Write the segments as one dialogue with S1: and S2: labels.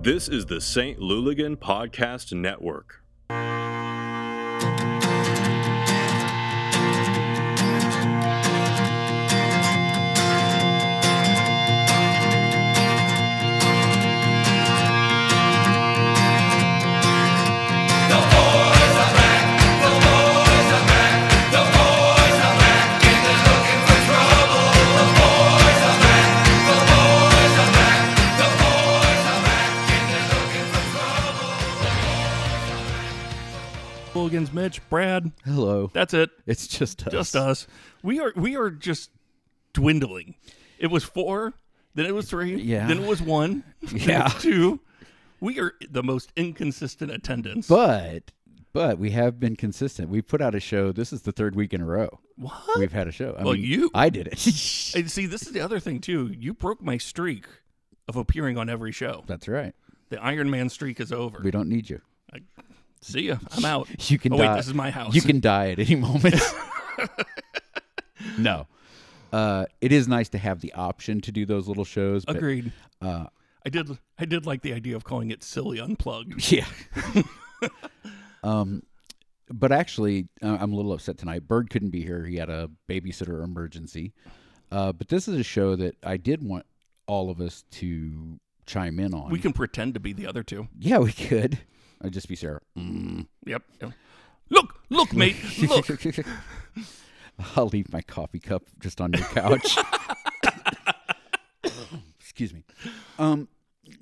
S1: This is the St. Luligan Podcast Network.
S2: Mulligans, Mitch, Brad.
S3: Hello.
S2: That's it.
S3: It's just us.
S2: Just us. We are we are just dwindling. It was four, then it was three,
S3: Yeah.
S2: then it was one, then it
S3: Yeah.
S2: was two. We are the most inconsistent attendance.
S3: But but we have been consistent. We put out a show. This is the third week in a row.
S2: what?
S3: We've had a show. I
S2: Well,
S3: mean,
S2: you-
S3: I did it.
S2: And see, this is the other thing too. You broke my streak of appearing on every show.
S3: That's right.
S2: The Iron Man streak is over.
S3: We don't need you.
S2: See ya. I'm out.
S3: You can
S2: Oh
S3: die.
S2: wait, this is my house.
S3: You can die at any moment. no. Uh, it is nice to have the option to do those little shows. But,
S2: agreed.
S3: uh,
S2: I did. I did like the idea of calling it silly unplugged.
S3: yeah. um, but actually, uh, I'm a little upset tonight. Bird couldn't be here. He had a babysitter emergency. Uh, but this is a show that I did want all of us to chime in on.
S2: We can pretend to be the other two.
S3: yeah, we could. I'd just be Sarah. Mm.
S2: Yep. Look, look, mate, look.
S3: I'll leave my coffee cup just on your couch. Excuse me. Um,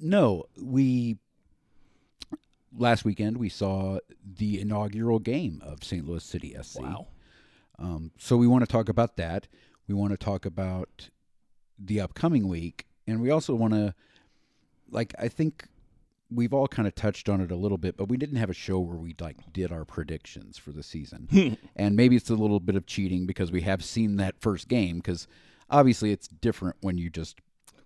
S3: no, we last weekend we saw the inaugural game of St. Louis City SC.
S2: Wow.
S3: Um, so we want to talk about that. We want to talk about the upcoming week, and we also want to, like, I think we've all kind of touched on it a little bit, but we didn't have a show where we like did our predictions for the season, and maybe it's a little bit of cheating because we have seen that first game because obviously it's different when you just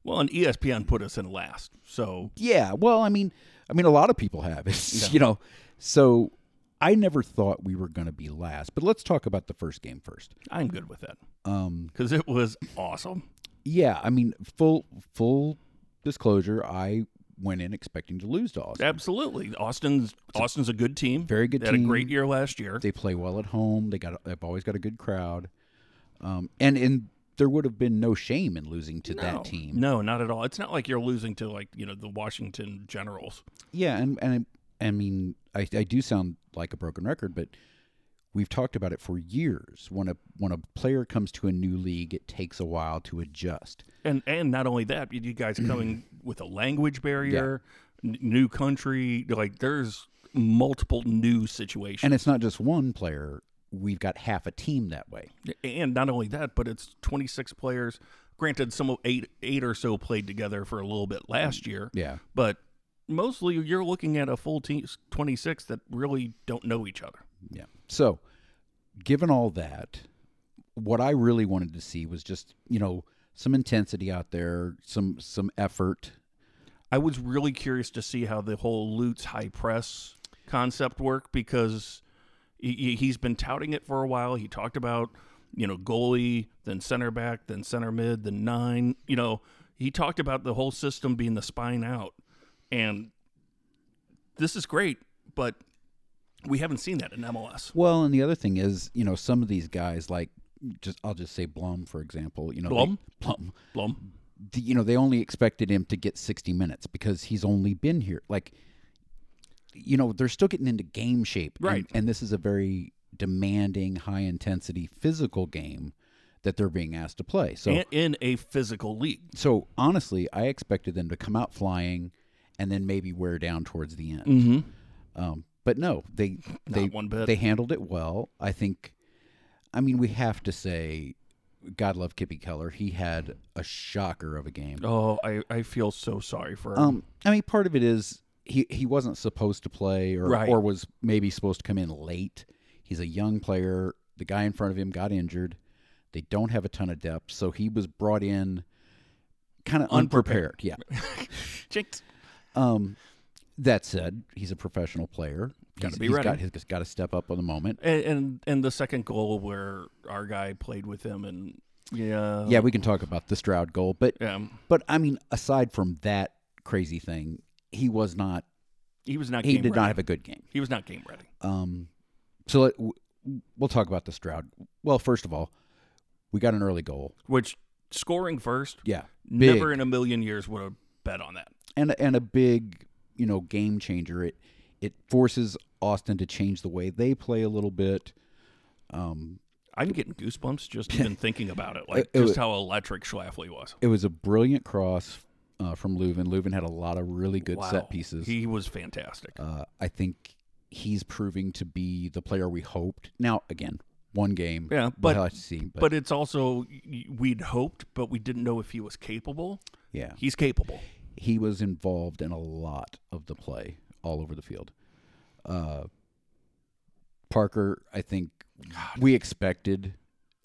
S2: Well, and E ESPN put us in last, so
S3: yeah. Well, I mean, I mean, a lot of people have. It's, You know, so I never thought we were going to be last, but let's talk about the first game first.
S2: I'm good with that
S3: Um,
S2: because it was awesome.
S3: yeah i mean full full disclosure i went in expecting to lose to austin
S2: Absolutely, Austin's Austin's a good team.
S3: very good
S2: They had a
S3: team.
S2: great year last year.
S3: they play well at home they got they've always got a good crowd um and and there would have been no shame in losing to
S2: No.
S3: that team
S2: No, not at all. It's not like you're losing to like you know the Washington Generals.
S3: yeah and and i, I mean I, I do sound like a broken record but we've talked about it for years when a when a player comes to a new league it takes a while to adjust
S2: And and not only that, you you guys coming with a language barrier, n- new country. Like there's multiple new situations.
S3: and it's not just one player we've got half a team that way
S2: and not only that, but it's 26 players. Granted, some of eight eight or so played together for a little bit last year,
S3: yeah
S2: but mostly you're looking at a full team 26 that really don't know each other.
S3: Yeah. So, given all that, what I really wanted to see was just you know some intensity out there, some some effort.
S2: I was really curious to see how the whole Lutz high press concept worked because he- he, he's been touting it for a while. He talked about, you know, goalie, then center back, then center mid, then nine. You know, he talked about the whole system being the spine out. And this is great, but we haven't seen that in MLS.
S3: Well, and the other thing is you know some of these guys like just I'll just say Blum for example. You know they-
S2: Blum?
S3: Blum.
S2: Blum.
S3: The, you know they only expected him to get sixty minutes because he's only been here like. You know they're still getting into game shape, and-
S2: Right.
S3: and this is a very demanding, high intensity physical game that they're being asked to play. So
S2: And in a physical league.
S3: so honestly, I expected them to come out flying and then maybe wear down towards the end.
S2: Mm-hmm.
S3: Um, but no, they
S2: Not
S3: they
S2: one bit.
S3: they handled it well. I think. I mean, we have to say, God love Kippy Keller. He had a shocker of a game.
S2: Oh, I, I feel so sorry for him.
S3: Um, I mean, part of it is he he wasn't supposed to play, or
S2: Right.
S3: or was maybe supposed to come in late. He's a young player. The guy in front of him got injured. They don't have a ton of depth, so he was brought in kind of unprepared. Yeah.
S2: Jinx.
S3: Um, that said, he's a professional player.
S2: Gotta
S3: He's-
S2: be
S3: he's
S2: ready.
S3: Got, he's got to step up on the moment.
S2: And, and and the second goal where our guy played with him and yeah
S3: yeah, we can talk about the Stroud goal, but
S2: yeah
S3: but I mean, aside from that crazy thing, he was not.
S2: He was not.
S3: He
S2: game
S3: did not
S2: ready.
S3: have a good game.
S2: He was not game ready.
S3: Um, so let, w- we'll talk about the Stroud. Well, first of all, we got an early goal.
S2: Which scoring first,
S3: Yeah,
S2: never
S3: big.
S2: in a million years would have bet on that.
S3: and and a big you know game changer. It it forces Austin to change the way they play a little bit. Um,
S2: I'm getting goosebumps just even thinking about it, like
S3: It- it
S2: just how electric Schlafly was.
S3: it was a brilliant cross uh, from Leuven. Leuven had a lot of really good set pieces.
S2: He was fantastic.
S3: uh, I think he's proving to be the player we hoped. Now again, one game.
S2: Yeah,
S3: we'll
S2: but-
S3: have to see. But,
S2: but it's also y- y- we'd hoped, but we didn't know if he was capable.
S3: yeah,
S2: He's capable.
S3: he was involved in a lot of the play all over the field. Uh, Parker, I think we expected.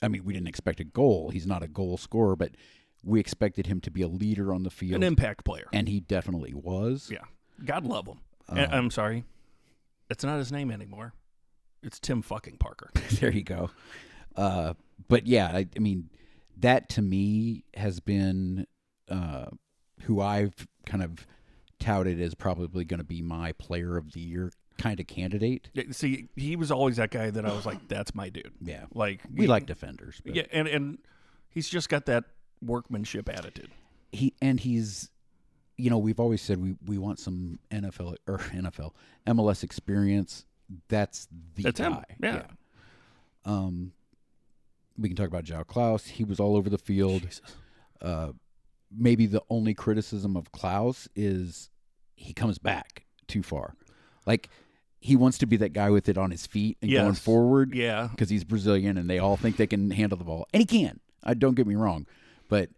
S3: I mean, we didn't expect a goal. He's not a goal scorer, but we expected him to be a leader on the
S2: An
S3: field,
S2: impact player.
S3: and he definitely was.
S2: Yeah. God love him.
S3: Uh,
S2: And- I'm sorry. It's not his name anymore. It's Tim fucking Parker.
S3: there you go. Uh, but yeah, I, I mean, that to me has been uh, who I've kind of touted as probably going to be my player of the year kind of candidate.
S2: Yeah, See, he was always that guy that I was like, that's my dude.
S3: Yeah,
S2: Like
S3: we like defenders. But
S2: Yeah, and and he's just got that workmanship attitude.
S3: he and he's, you know, we've always said we we want some NFL or NFL MLS experience. That's the
S2: That's him.
S3: guy.
S2: Yeah.
S3: Um, we can talk about Jao Klaus. He was all over the field. Uh, maybe the only criticism of Klaus is he comes back too far. Like he wants to be that guy with it on his feet and going
S2: Yes.
S3: forward
S2: Yeah.
S3: because he's Brazilian and they all think they can handle the ball, and he can. I don't get me wrong, but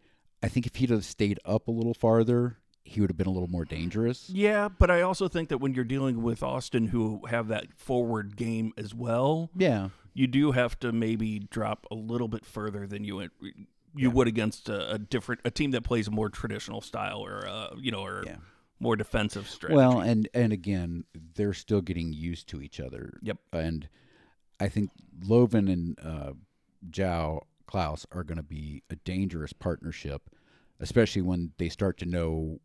S3: I think if he'd have stayed up a little farther, he would have been a little more dangerous.
S2: Yeah, but I also think that when you're dealing with Austin who have that forward game as well,
S3: Yeah,
S2: you do have to maybe drop a little bit further than you you would against a, a different a team that plays a more traditional style or uh, you know or
S3: Yeah.
S2: more defensive strategy.
S3: Well, and and again, they're still getting used to each other.
S2: Yep.
S3: And I think Loven and uh, Zhao Klaus are going to be a dangerous partnership, especially when they start to know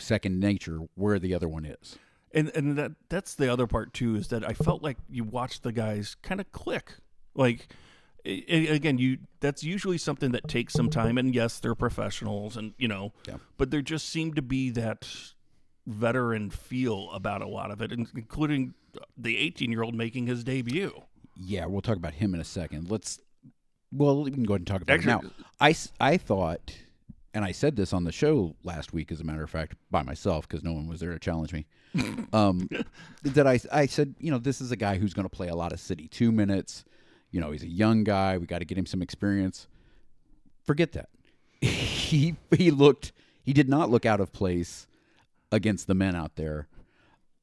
S3: second nature where the other one is.
S2: and and that that's the other part too is that I felt like you watched the guys kind of click like a- a- again you that's usually something that takes some time and yes they're professionals and you know
S3: Yeah.
S2: but there just seemed to be that veteran feel about a lot of it in- including the 18 year old making his debut
S3: Yeah, we'll talk about him in a second. Let's. Well, we can go ahead and talk about it
S2: Actually-
S3: now. I s- I thought, and I said this on the show last week, as a matter of fact, by myself because no one was there to challenge me. um, that I I said, you know, this is a guy who's going to play a lot of city two minutes. You know, he's a young guy. We got to get him some experience. Forget that. he he looked. He did not look out of place against the men out there.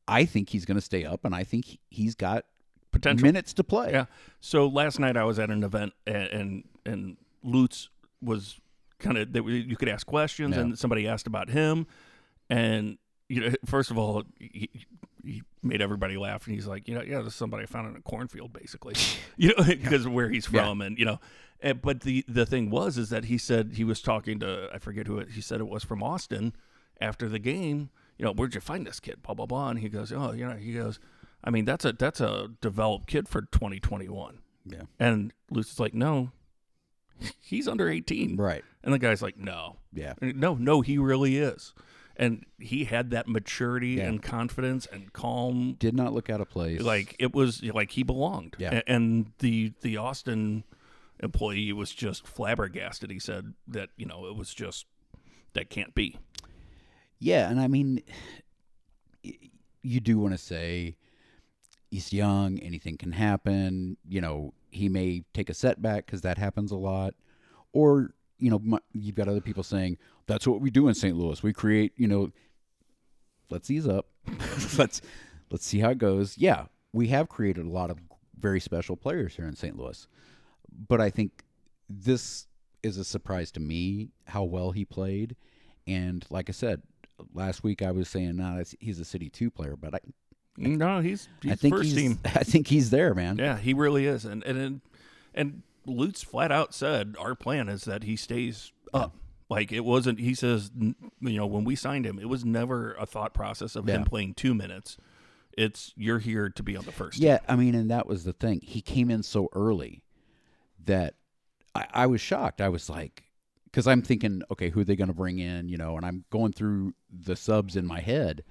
S3: I think he's going to stay up, and I think he- he's got
S2: Potential.
S3: minutes to play.
S2: Yeah. So last night I was at an event and and, and Lutz was kind of you could ask questions and somebody asked about him and you know first of all he, he made everybody laugh and he's like you know yeah this is somebody I found in a cornfield basically you know because of where he's from and you know and, but the the thing was is that he said he was talking to I forget who it, he said it was from Austin after the game you know where'd you find this kid blah blah blah and he goes oh you know he goes I mean that's a that's a developed kid for 2021
S3: Yeah.
S2: and Luce is like, no, he's under 18.
S3: Right.
S2: And the guy's like, no.
S3: Yeah.
S2: And, No, no, he really is. And he had that maturity
S3: Yeah.
S2: and confidence and calm.
S3: Did not look out of place.
S2: Like it was like he belonged.
S3: Yeah.
S2: A- And the the Austin employee was just flabbergasted. He said that, you know, it was just that can't be.
S3: yeah, and I mean, y- you do want to say he's young, anything can happen. You know, he may take a setback because that happens a lot, or you know, my, you've got other people saying that's what we do in St. Louis. We create, you know, let's ease up, let's let's see how it goes. Yeah, we have created a lot of very special players here in St. Louis, but I think this is a surprise to me how well he played. And like I said last week, I was saying, nah, that's- he's a City Two player, but I,
S2: No, he's, he's
S3: I think
S2: first
S3: he's,
S2: team.
S3: I think he's there, man.
S2: Yeah, he really is. And and and, and Lutz flat out said our plan is that he stays up. Like it wasn't. He says, n- you know, when we signed him, it was never a thought process of him
S3: Yeah.
S2: playing two minutes. It's you're here to be on the first.
S3: Yeah, I mean, and that was the thing. He came in so early that I, I was shocked. I was like, because I'm thinking, okay, who are they going to bring in? You know, and I'm going through the subs in my head.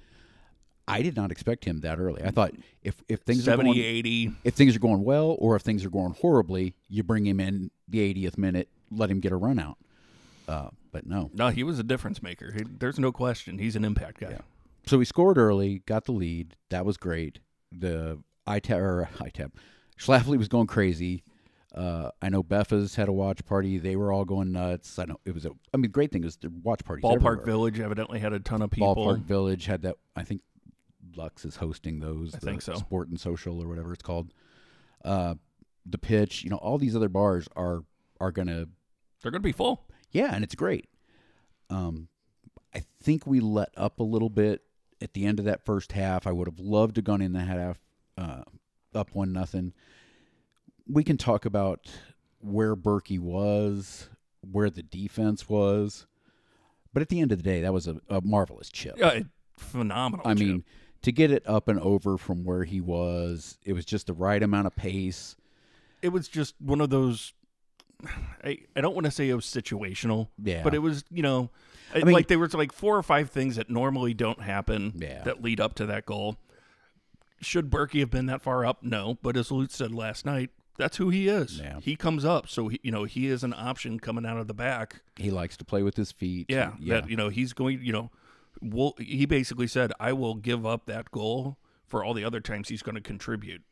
S3: I did not expect him that early. I thought if if
S2: team.
S3: things are
S2: 70,
S3: going,
S2: 80.
S3: if things are going well or if things are going horribly, you bring him in the 80th minute, let him get a run out. Uh, but no.
S2: No, he was a difference maker. He, there's no question. He's an impact guy.
S3: So we scored early, got the lead. That was great. The ITAB, or ITAB, Schlafly was going crazy. Uh, I know Beffa's had a watch party. They were all going nuts. I know it was a, I mean, great thing is the watch parties.
S2: Ballpark
S3: everywhere.
S2: Village evidently had a ton of people.
S3: Ballpark Village had that. I think Lux is hosting those. I
S2: think so.
S3: Sport and Social or whatever it's called. Uh, the pitch, you know, all these other bars are are gonna
S2: They're going to be full.
S3: yeah, and it's great. Um, I think we let up a little bit at the end of that first half. I would have loved to gone in the half uh, up one nothing. We can talk about where Berkey was, where the defense was, but at the end of the day, that was a, a marvelous chip.
S2: Yeah, it- phenomenal.
S3: I
S2: chip.
S3: mean, to get it up and over from where he was, it was just the right amount of pace.
S2: it was just one of those. I, I don't want to say it was situational,
S3: Yeah.
S2: but it was you know, it-
S3: mean-
S2: like there was like four or five things that normally don't happen
S3: Yeah.
S2: that lead up to that goal. Should Berkey have been that far up? No, but as Lute said last night, that's who he is.
S3: Yeah.
S2: He comes up, so he, you know he is an option coming out of the back.
S3: He likes to play with his feet.
S2: Yeah, that you know he's going. You know, will he basically said, "I will give up that goal for all the other times he's going to contribute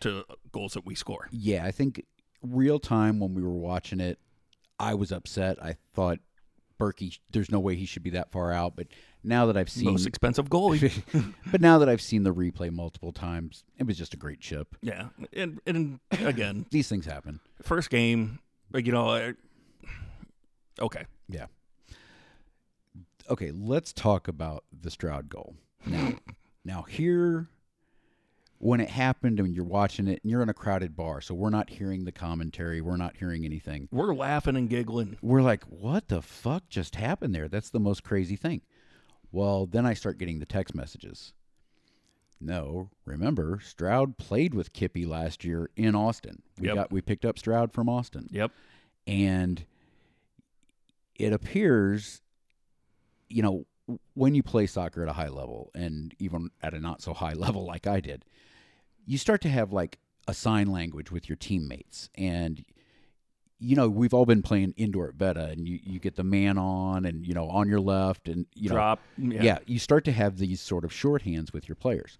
S2: to goals that we score."
S3: Yeah, I think real time when we were watching it, I was upset. I thought Berkey, there's no way he should be that far out. But now that I've seen,
S2: Most expensive goalie.
S3: but now that I've seen the replay multiple times, it was just a great chip.
S2: Yeah, and and again,
S3: These things happen.
S2: first game, like you know, I, okay,
S3: Yeah. Okay, let's talk about the Stroud goal now. now here, when it happened and you're watching it, and you're in a crowded bar, so we're not hearing the commentary, we're not hearing anything.
S2: we're laughing and giggling.
S3: we're like, what the fuck just happened there? That's the most crazy thing. Well, then I start getting the text messages. No, remember, Stroud played with Kippy last year in Austin. We
S2: Yep.
S3: got we picked up Stroud from Austin.
S2: Yep,
S3: And it appears, you know, when you play soccer at a high level and even at a not so high level like I did, you start to have like a sign language with your teammates. And, you know, we've all been playing indoor at Veta and you, you get the man on and, you know, on your left and, you know,
S2: drop.
S3: yeah. you start to have these sort of shorthands with your players.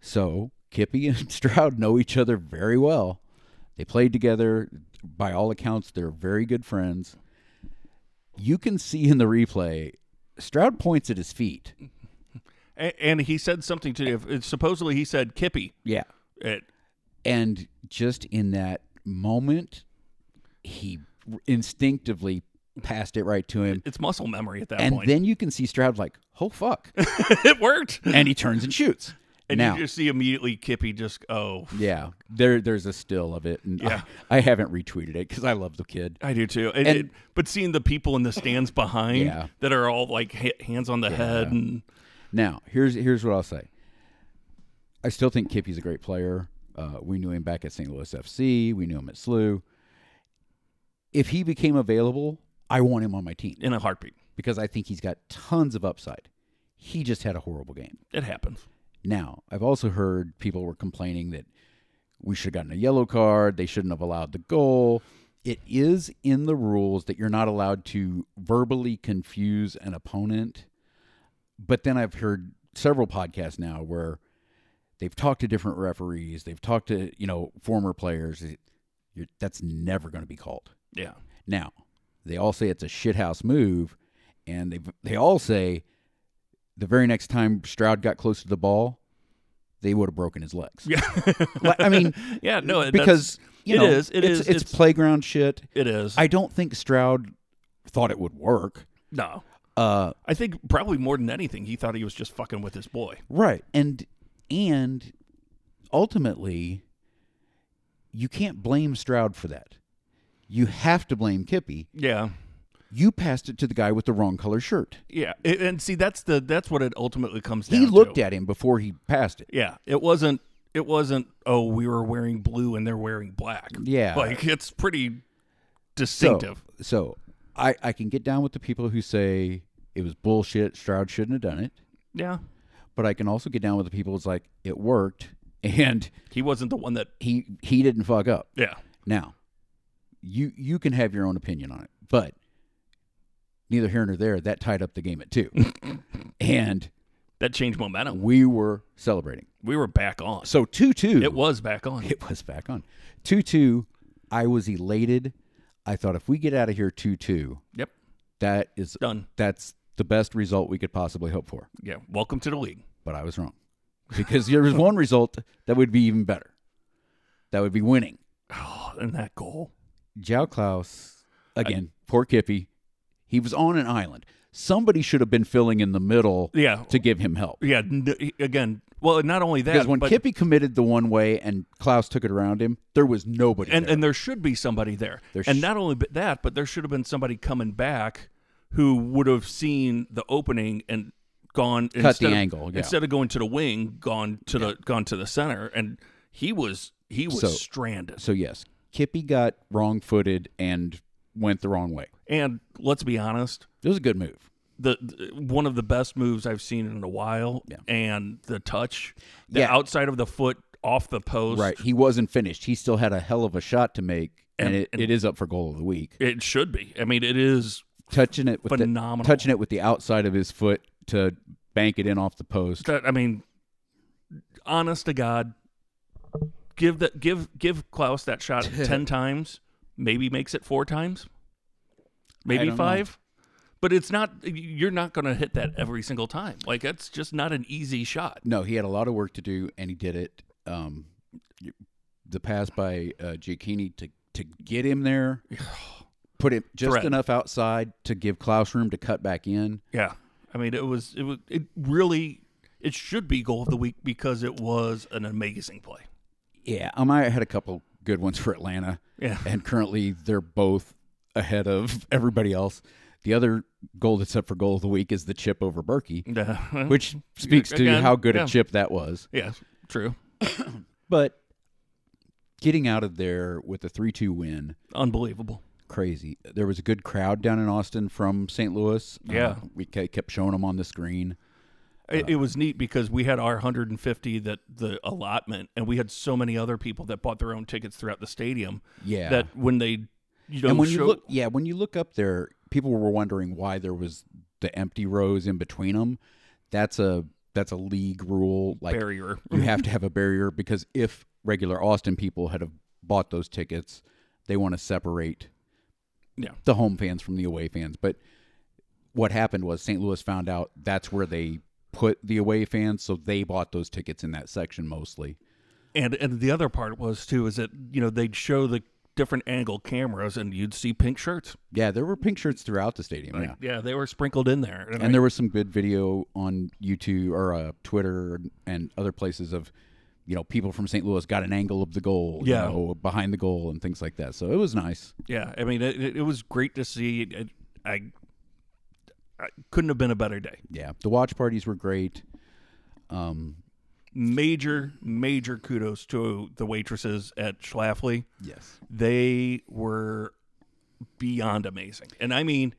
S3: So Kippy and Stroud know each other very well. They played together. By all accounts, they're very good friends. You can see in the replay, Stroud points at his feet.
S2: A- And, he said something to you. It's supposedly he said Kippy.
S3: Yeah.
S2: It,
S3: And just in that moment, he instinctively passed it right to him.
S2: it's muscle memory at that
S3: And
S2: point.
S3: then you can see Stroud like, oh, fuck.
S2: it worked,
S3: and he turns and shoots.
S2: and
S3: now,
S2: you just see immediately Kippy just oh.
S3: Yeah, there there's a still of it, and
S2: Yeah.
S3: I, I haven't retweeted it because I love the kid.
S2: I do too, and,
S3: And-
S2: it- but seeing the people in the stands behind
S3: Yeah.
S2: that are all like ha- hands on the head, and
S3: Now here's here's what I'll say. I still think Kippy's a great player. Uh, we knew him back at St. Louis FC. We knew him at SLU. If he became available, I want him on my team
S2: in a heartbeat,
S3: because I think he's got tons of upside. He just had a horrible game.
S2: it happens.
S3: Now, I've also heard people were complaining that we should have gotten a yellow card. They shouldn't have allowed the goal. It is in the rules that you're not allowed to verbally confuse an opponent. But then I've heard several podcasts now where they've talked to different referees, they've talked to, you know, former players. You're, that's never going to be called.
S2: Yeah,
S3: Now, they all say it's a shithouse move, and they they all say the very next time Stroud got close to the ball, they would have broken his legs.
S2: yeah.
S3: Like, I mean,
S2: yeah, no, that's-
S3: because you
S2: it
S3: know,
S2: is, it
S3: it's,
S2: is,
S3: it's
S2: it's-
S3: playground shit.
S2: it is.
S3: I don't think Stroud thought it would work.
S2: no,
S3: Uh,
S2: I think probably more than anything, he thought he was just fucking with his boy.
S3: right, and and ultimately, you can't blame Stroud for that. You have to blame Kippy
S2: Yeah,
S3: You passed it to the guy with the wrong color shirt.
S2: Yeah, a- and see that's the that's what it ultimately comes down
S3: He looked
S2: to.
S3: at him before he passed it.
S2: Yeah, it wasn't it wasn't oh we were wearing blue and they're wearing black.
S3: Yeah.
S2: Like it's pretty
S3: So-
S2: distinctive.
S3: So, I, I can get down with the people who say it was bullshit. Stroud shouldn't have done it.
S2: yeah.
S3: But I can also get down with the people who's like, it worked and
S2: He wasn't the one that
S3: he he didn't fuck up.
S2: yeah.
S3: Now, you you can have your own opinion on it, but neither here nor there, that tied up the game at two. and
S2: That changed momentum.
S3: we were celebrating.
S2: We were back on.
S3: So two two
S2: It was back on.
S3: it was back on. Two two. I was elated. I thought if we get out of here two two,
S2: yep.
S3: that is
S2: Done.
S3: that's the best result we could possibly hope for.
S2: Yeah. Welcome to the league.
S3: But I was wrong. Because there was one result that would be even better. That would be winning.
S2: Oh, and that goal.
S3: Jao Klaus, again, poor Kippy. He was on an island. Somebody should have been filling in the middle
S2: Yeah.
S3: to give him help.
S2: Yeah. n- again, well, not only that,
S3: Because when
S2: but,
S3: Kippy committed the one way and Klaus took it around him, there was nobody.
S2: and
S3: there.
S2: and there should be somebody there.
S3: There
S2: and
S3: sh-
S2: not only b- that, but there should have been somebody coming back who would have seen the opening and gone
S3: the
S2: instead of-
S3: angle, yeah.
S2: instead of going to the wing, gone to the gone to the center, and he was he was
S3: So-
S2: stranded.
S3: so, yes, Kippy got wrong footed and went the wrong way.
S2: And let's be honest,
S3: It was a good move.
S2: the, the- one of the best moves I've seen in a while,
S3: Yeah.
S2: and the touch, the
S3: Yeah.
S2: outside of the foot off the post,
S3: Right. He wasn't finished. He still had a hell of a shot to make, and,
S2: And-
S3: it,
S2: and-
S3: it is up for goal of the week.
S2: It should be. I mean, it is
S3: Touching it with the,
S2: phenomenal.
S3: touching it with the outside of his foot to bank it in off the post.
S2: that I mean, honest to God, give that give give Klaus that shot ten times, maybe makes it four times, maybe
S3: don't know.
S2: five. But it's not. You're not going to hit that every single time. Like that's just not an easy shot.
S3: No, he had a lot of work to do, and he did it. Um, the pass by uh, Giacchini to to get him there, put him just
S2: Threat.
S3: enough outside to give Klaus room to cut back in.
S2: Yeah, I mean, it was it was it really it should be goal of the week because it was an amazing play.
S3: Yeah, um, I had a couple good ones for Atlanta,
S2: Yeah,
S3: and currently they're both ahead of everybody else. The other goal that's up for goal of the week is the chip over Berkey, which speaks to
S2: Mm-hmm. Again,
S3: how good
S2: yeah.
S3: a chip that was.
S2: uh, yeah, true,
S3: But getting out of there with a three-two win.
S2: unbelievable.
S3: crazy. There was a good crowd down in Austin from St. Louis. Uh,
S2: Yeah.
S3: we ke- kept showing them on the screen.
S2: It, it was neat because we had our 150 that the allotment, and we had so many other people that bought their own tickets throughout the stadium.
S3: Yeah.
S2: That when they, you know,
S3: and when
S2: show,
S3: you look, yeah, when you look up there, people were wondering why there was the empty rows in between them. That's a that's a league rule. Like
S2: barrier,
S3: you have to have a barrier because if regular Austin people had have bought those tickets, they want to separate
S2: Yeah.
S3: the home fans from the away fans. But what happened was St. Louis found out that's where they put the away fans, so they bought those tickets in that section mostly.
S2: and and the other part was too is that you know they'd show the different angle cameras, and you'd see pink shirts.
S3: Yeah, there were pink shirts throughout the stadium. yeah.
S2: Yeah, they were sprinkled in there,
S3: And there was some good video on YouTube or uh, Twitter and other places of, you know, people from St. Louis got an angle of the goal, you
S2: Yeah.
S3: know, behind the goal and things like that. So it was nice.
S2: Yeah, I mean, it, it- it was great to see. It, I, I couldn't have been a better day.
S3: Yeah, the watch parties were great. Um,
S2: Major, major kudos to the waitresses at Schlafly.
S3: yes,
S2: They were beyond amazing, and I mean,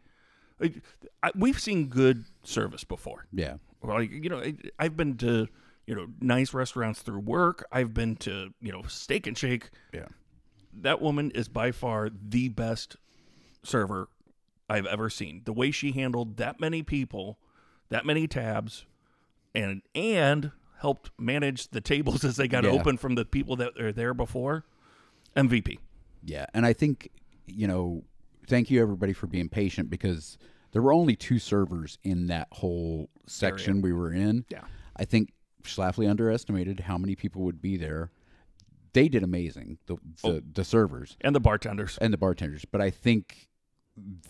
S2: I, I- we've seen good service before.
S3: yeah,
S2: Like you know, I, I've been to you know nice restaurants through work. I've been to you know Steak and Shake.
S3: yeah.
S2: that woman is by far the best server I've ever seen. The way she handled that many people, that many tabs, and and helped manage the tables as they got
S3: Yeah.
S2: open from the people that are there before. MVP.
S3: Yeah, and I think you know, thank you everybody for being patient because there were only two servers in that whole section we were in.
S2: Yeah.
S3: I think Schlafly underestimated how many people would be there. They did amazing, the the, the servers
S2: And the bartenders.
S3: and the bartenders, but I think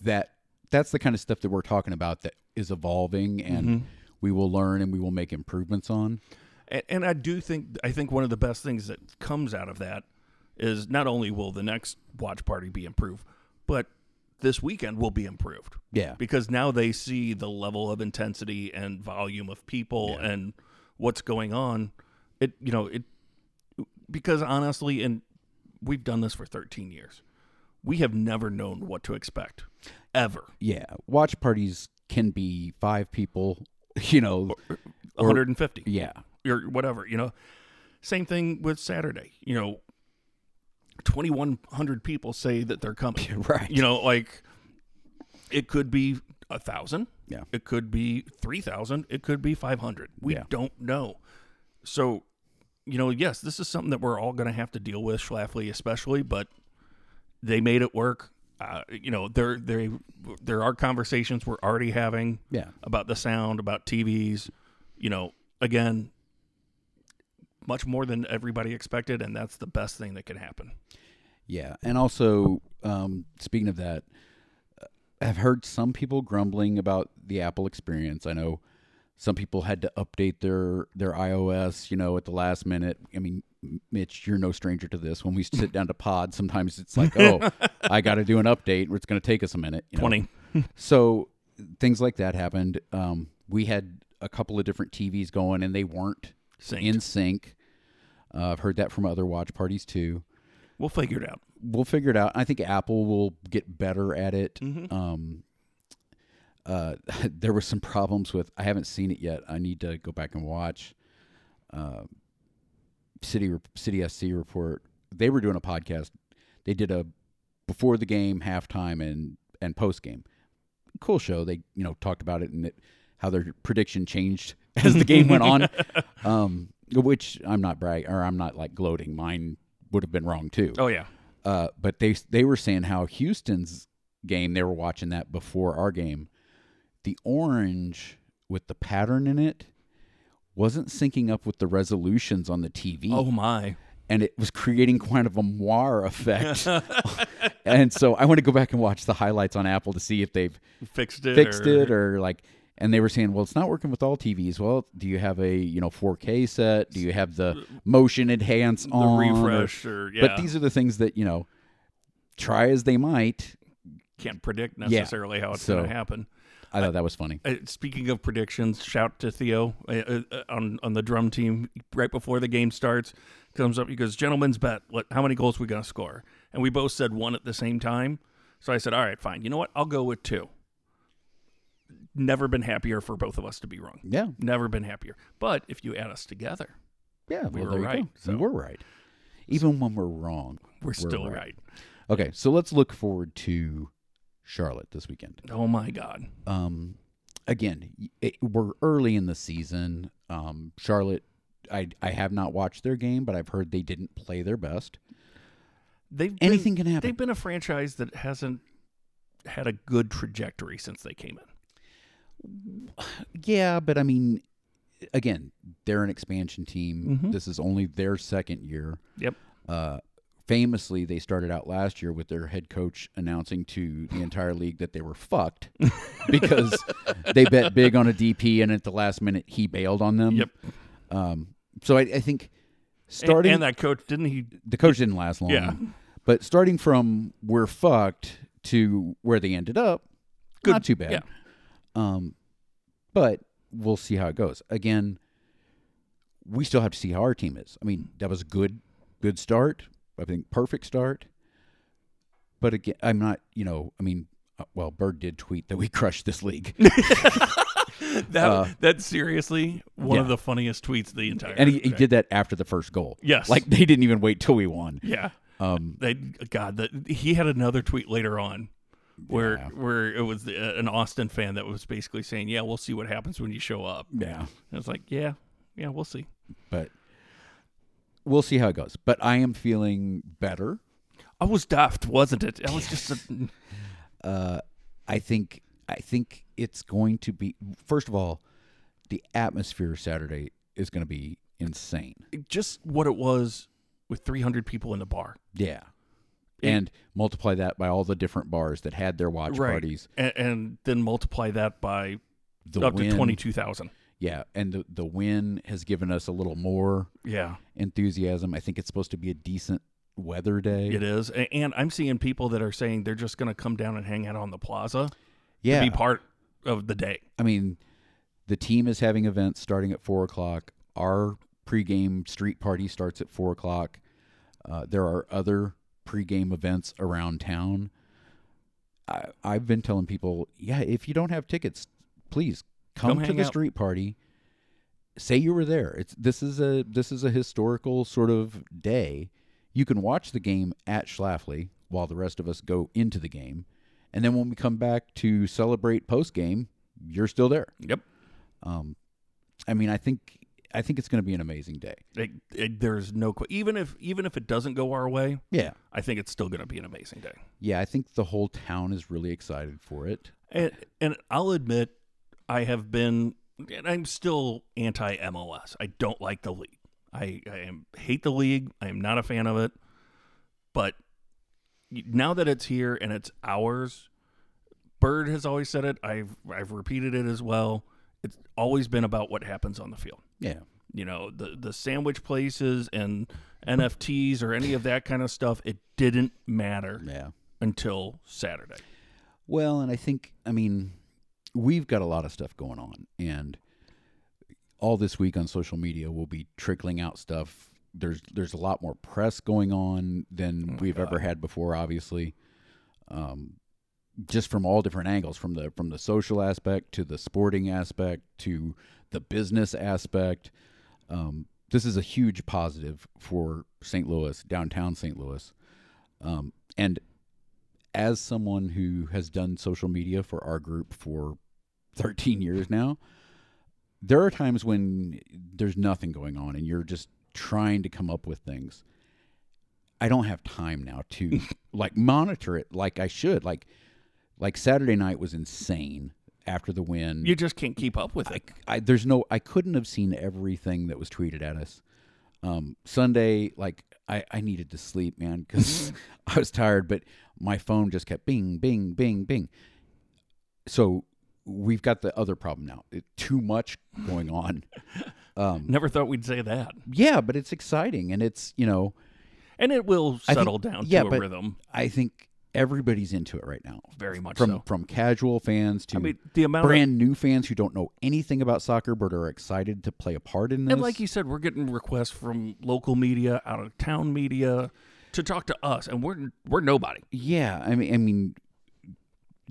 S3: that that's the kind of stuff that we're talking about that is evolving and we will learn and we will make improvements on.
S2: And, and I do think I think one of the best things that comes out of that is not only will the next watch party be improved, but this weekend will be improved
S3: Yeah.
S2: because now they see the level of intensity and volume of people and what's going on. It you know it because honestly, and we've done this for 13 years, we have never known what to expect ever.
S3: Yeah. Watch parties can be five people, you know.
S2: 150.
S3: Yeah.
S2: or whatever, you know. Same thing with Saturday. You know, 2100 people say that they're coming.
S3: Right.
S2: You know, like it could be a 1000.
S3: Yeah.
S2: It could be 3000, it could be 500. We
S3: Yeah.
S2: don't know. So, you know, yes, this is something that we're all going to have to deal with Schlafly especially, but they made it work. Uh, you know, there there there are conversations we're already having
S3: Yeah.
S2: about the sound, about TVs. You know, again, much more than everybody expected, and that's the best thing that can
S3: Oh.
S2: happen.
S3: Yeah, and also um, speaking of that, uh, I've heard some people grumbling about the Apple experience. I know some people had to update their their iOS, you know, at the last minute. I mean, M- Mitch, you're no stranger to this. When we sit down to pod, sometimes it's like, oh, I got to do an update. It's going to take us a minute. you know?
S2: Twenty.
S3: So things like that happened. Um, we had a couple of different TVs going, and they weren't
S2: Synced.
S3: in sync. Uh, I've heard that from other watch parties too
S2: We'll figure it out.
S3: we'll figure it out. I think Apple will get better at it. Um, uh, there were some problems with. I haven't seen it yet. I need to go back and watch. Uh, City City SC report. They were doing a podcast. They did a before the game, halftime, and and post game. Cool show. They you know talked about it and it, how their prediction changed as the game went on. Um, which I'm not brag or I'm not like gloating. Mine would have been wrong too.
S2: Oh yeah.
S3: Uh, but they they were saying how Houston's game they were watching that before our game, the orange with the pattern in it wasn't syncing up with the resolutions on the TV,
S2: Oh my.
S3: and it was creating kind of a moire effect. and so I want to go back and watch the highlights on Apple to see if they've
S2: Fixed it.
S3: fixed it or like. And they were saying, well, it's not working with all TVs. Well, do you have a you know 4K set? Do you have the motion enhance
S2: the
S3: on? or-
S2: refresh or yeah.
S3: but these are the things that you know try as they might
S2: can't predict necessarily how it's going
S3: So-
S2: to happen.
S3: i thought that was funny
S2: Uh, speaking of predictions, shout to Theo uh, uh, uh, on on the drum team right before the game starts. Comes up, he goes, "Gentlemen's bet. What? How many goals we gonna score?" And we both said one at the same time. So I said, "All right, fine. You know what? I'll go with two. Never been happier for both of us to be wrong.
S3: yeah
S2: Never been happier. But if you add us together,
S3: yeah
S2: We
S3: well,
S2: were
S3: there you
S2: right,
S3: go. we were right even when we're wrong
S2: we're, still right.
S3: okay so let's look forward to charlotte this weekend
S2: Oh my God.
S3: um again y- it, we're early in the season um charlotte I, I have not watched their game, but I've heard they didn't play their best.
S2: They've been-
S3: Anything can happen.
S2: They've been a franchise that hasn't had a good trajectory since they came in.
S3: Yeah, but I mean, Mm-hmm. again, they're an expansion team.
S2: Mhm.
S3: This is only their second year.
S2: Yep.
S3: Uh, famously, they started out last year with their head coach announcing to the entire league that they were fucked because they bet big on a DP, and at the last minute, he bailed on them.
S2: Yep.
S3: Um, so I, I think
S2: And-
S3: starting
S2: and that coach didn't he
S3: the coach didn't last long.
S2: Yeah.
S3: But starting from we're fucked to where they ended up,
S2: Good.
S3: not too bad.
S2: Yeah.
S3: Um, but we'll see how it goes. Again, we still have to see how our team is. I mean, that was a good, good start. I think perfect start. But again, I'm not. You know, I mean, uh, well, Bird did tweet that we crushed this league,
S2: That that's seriously one of
S3: Uh, yeah.
S2: the funniest tweets of the entire.
S3: and he, he did that after the first goal.
S2: Yes.
S3: like they didn't even wait till we won.
S2: Yeah.
S3: Um,
S2: They, God, that he had another tweet later on where
S3: Yeah.
S2: where it was uh, an Austin fan that was basically saying, "Yeah, we'll see what happens when you show up."
S3: yeah.
S2: And it's like, yeah, yeah, we'll see.
S3: but we'll see how it goes. But I am feeling better.
S2: I was daft, wasn't it? I was just a,
S3: Uh, I think I think it's going to be first of all, the atmosphere Saturday is going to be insane.
S2: just what it was with 300 people in the bar.
S3: Yeah. And multiply that by all the different bars that had their watch parties.
S2: And, and then multiply that by
S3: The
S2: up
S3: win,
S2: to 22,000.
S3: Yeah, and the the win has given us a little more
S2: Yeah.
S3: enthusiasm. I think it's supposed to be a decent weather day.
S2: It is, A- and I'm seeing people that are saying they're just going to come down and hang out on the plaza
S3: yeah,
S2: to be part of the day.
S3: I mean, the team is having events starting at four o'clock. Our pregame street party starts at four o'clock. Uh, there are other pregame events around town. I, I've been telling people, yeah, if you don't have tickets, please come,
S2: Come
S3: to
S2: hang
S3: the
S2: out.
S3: street party. Say you were there. It's this is a this is a historical sort of day. You can watch the game at Schlafly while the rest of us go into the game, and then when we come back to celebrate post game, you're still there.
S2: Yep.
S3: Um, I mean, I think I think it's going to be an amazing day.
S2: It, it, there's no qu- even if even if it doesn't go our way,
S3: Yeah,
S2: I think it's still going to be an amazing day.
S3: yeah. I think the whole town is really excited for it.
S2: And, and I'll admit, I have been, and I'm still anti MLS. I don't like the league. I, I am, hate the league. I am not a fan of it. But now that it's here and it's ours, Bird has always said it. I've I've repeated it as well. It's always been about what happens on the field.
S3: Yeah,
S2: You know, the the sandwich places and NFTs or any of that kind of stuff. It didn't matter
S3: yeah.
S2: until Saturday.
S3: Well, and I think I mean we've got a lot of stuff going on, and all this week on social media we'll be trickling out stuff. There's there's a lot more press going on than we've ever had before, obviously. Um, just from all different angles, from the from the social aspect to the sporting aspect to the business aspect. Um, this is a huge positive for St. Louis, downtown St. Louis, um, and as someone who has done social media for our group for 13 years now, there are times when there's nothing going on and you're just trying to come up with things. I don't have time now to like monitor it like I should. Like like Saturday night was insane after the win.
S2: You just can't keep up with it.
S3: I, I there's no I couldn't have seen everything that was tweeted at us. Um, Sunday, like I, I needed to sleep, man, because
S2: Mm-hmm.
S3: I was tired. But my phone just kept bing, bing, bing, bing. So we've got the other problem now. It, too much going on. um,
S2: Never thought we'd say that.
S3: yeah, but it's exciting, and it's you know
S2: And it will
S3: I think-
S2: settle down
S3: yeah,
S2: to a
S3: but-
S2: rhythm
S3: I think everybody's into it right now.
S2: very much
S3: From
S2: so.
S3: from casual fans to
S2: I mean, the amount of,
S3: um, brand new fans who don't know anything about soccer but are excited to play a part in this.
S2: and like you said, we're getting requests from local media, out of town media to talk to us and we're we're nobody.
S3: Yeah, I mean, I mean,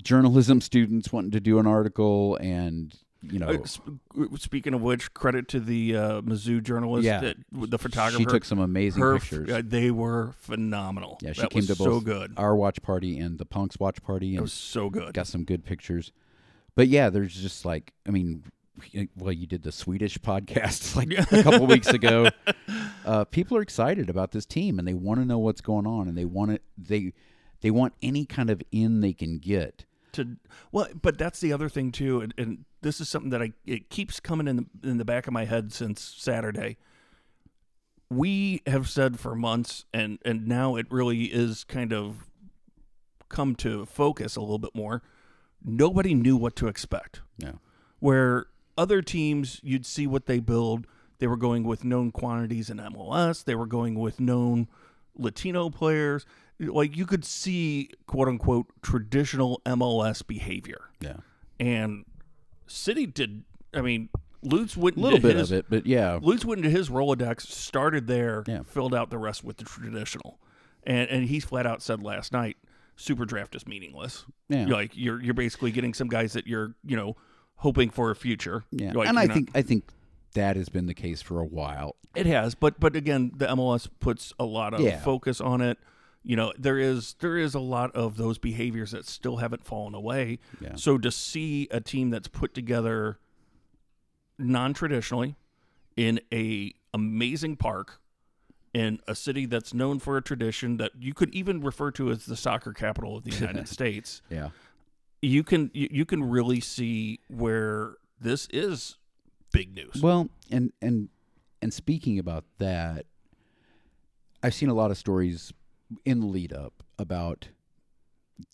S3: journalism students wanting to do an article, and you know,
S2: Uh, sp- Speaking of which, credit to the uh, Mizzou journalist,
S3: Yeah.
S2: that, the photographer.
S3: she took some amazing
S2: her,
S3: pictures.
S2: uh, they were phenomenal.
S3: yeah, she
S2: That
S3: came
S2: was
S3: to both
S2: so good.
S3: our watch party and the punks watch party,
S2: It
S3: and
S2: was so good.
S3: got some good pictures. But yeah, there's just like, I mean, well, you did the Swedish podcast like a couple weeks ago. Uh, people are excited about this team, and they want to know what's going on, and they want it. They they want any kind of in they can get.
S2: to well but that's the other thing too and, and this is something that i it keeps coming in the, in the back of my head since saturday we have said for months and and now it really is kind of come to focus a little bit more nobody knew what to expect
S3: Yeah.
S2: where other teams you'd see what they build they were going with known quantities in MLS they were going with known Latino players like you could see quote unquote traditional MLS behavior
S3: Yeah,
S2: and City did I mean Lutz went
S3: a little
S2: into
S3: bit
S2: his,
S3: of it, but yeah,
S2: Lutz went into his Rolodex started there
S3: Yeah.
S2: filled out the rest with the traditional and and he flat out said last night super draft is meaningless
S3: yeah.
S2: you're like you're you're basically getting some guys that you're you know hoping for a future.
S3: Yeah,
S2: You're like,
S3: and I
S2: you're not-
S3: think I think that has been the case for a while.
S2: it has, but but again, the MLS puts a lot of
S3: Yeah.
S2: focus on it. You know, there is there is a lot of those behaviors that still haven't fallen away.
S3: Yeah.
S2: So to see a team that's put together non traditionally in a amazing park in a city that's known for a tradition that you could even refer to as the soccer capital of the United States
S3: Yeah,
S2: you can you, you can really see where this is big news.
S3: Well, and and and speaking about that, I've seen a lot of stories in the lead up about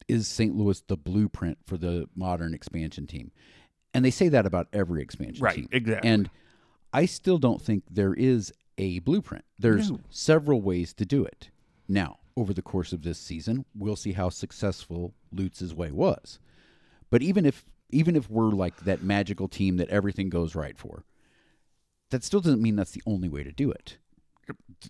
S3: is St. Louis the blueprint for the modern expansion team, and they say that about every expansion
S2: right,
S3: team.
S2: exactly.
S3: And I still don't think there is a blueprint. There's
S2: No.
S3: several ways to do it. Now, over the course of this season, we'll see how successful Lutz's way was. But even if even if we're like that magical team that everything goes right for, that still doesn't mean that's the only way to do it.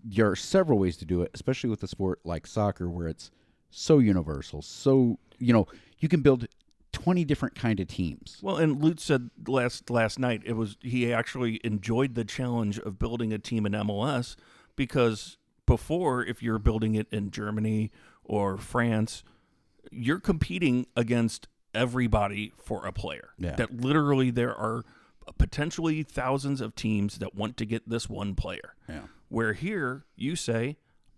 S3: There are several ways to do it, especially with a sport like soccer where it's so universal. So, you know, you can build 20 different kind of teams.
S2: Well, and Lute said last last night it was he actually enjoyed the challenge of building a team in MLS because before, if you're building it in Germany or France, you're competing against everybody for a player.
S3: Yeah.
S2: That literally there are potentially thousands of teams that want to get this one player.
S3: Yeah.
S2: Where here you say,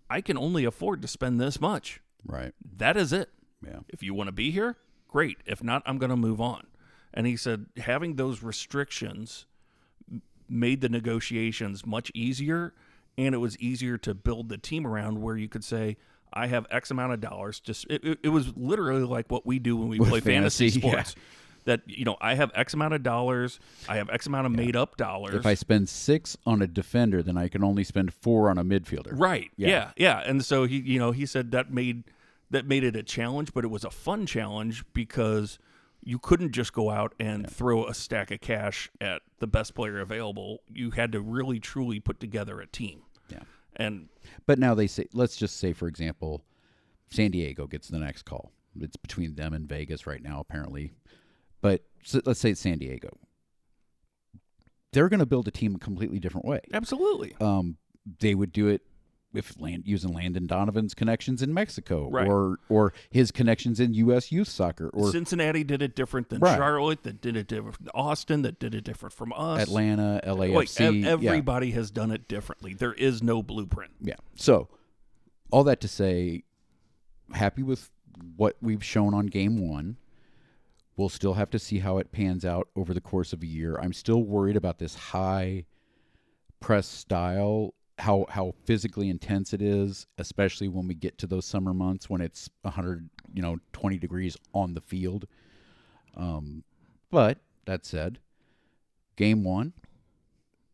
S2: I can only afford to spend this much.
S3: Right.
S2: That is it.
S3: Yeah.
S2: If you want to be here, great. If not, I'm going to move on. And he said having those restrictions m- made the negotiations much easier and it was easier to build the team around where you could say I have X amount of dollars just it, it, it was literally like what we do when we
S3: With
S2: play fantasy,
S3: fantasy, yeah.
S2: sports that you know I have X amount of dollars I have X amount of made up dollars
S3: If I spend 6 on a defender, then I can only spend 4 on a midfielder.
S2: Right. Yeah. yeah. And so he, you know, he said that made that made it a challenge, but it was a fun challenge because you couldn't just go out and throw a stack of cash at the best player available. You had to really truly put together a team.
S3: Yeah.
S2: And
S3: But now they say, let's just say, for example, San Diego gets the next call. It's between them and Vegas right now, apparently. But so let's say it's San Diego. They're going to build a team a completely different way.
S2: absolutely.
S3: Um, they would do it if land using Landon Donovan's connections in Mexico,
S2: Right.
S3: or or his connections in U.S. youth soccer, or
S2: Cincinnati did it different than
S3: Right.
S2: Charlotte, that did it different from Austin, that did it different from us.
S3: Atlanta, LAFC.
S2: Like ev-
S3: yeah.
S2: everybody has done it differently. There is no blueprint.
S3: Yeah. So, all that to say, happy with what we've shown on game one. We'll still have to see how it pans out over the course of a year. I'm still worried about this high press style, how how physically intense it is, especially when we get to those summer months when it's 100, you know, 20 degrees on the field. Um, but that said, game one,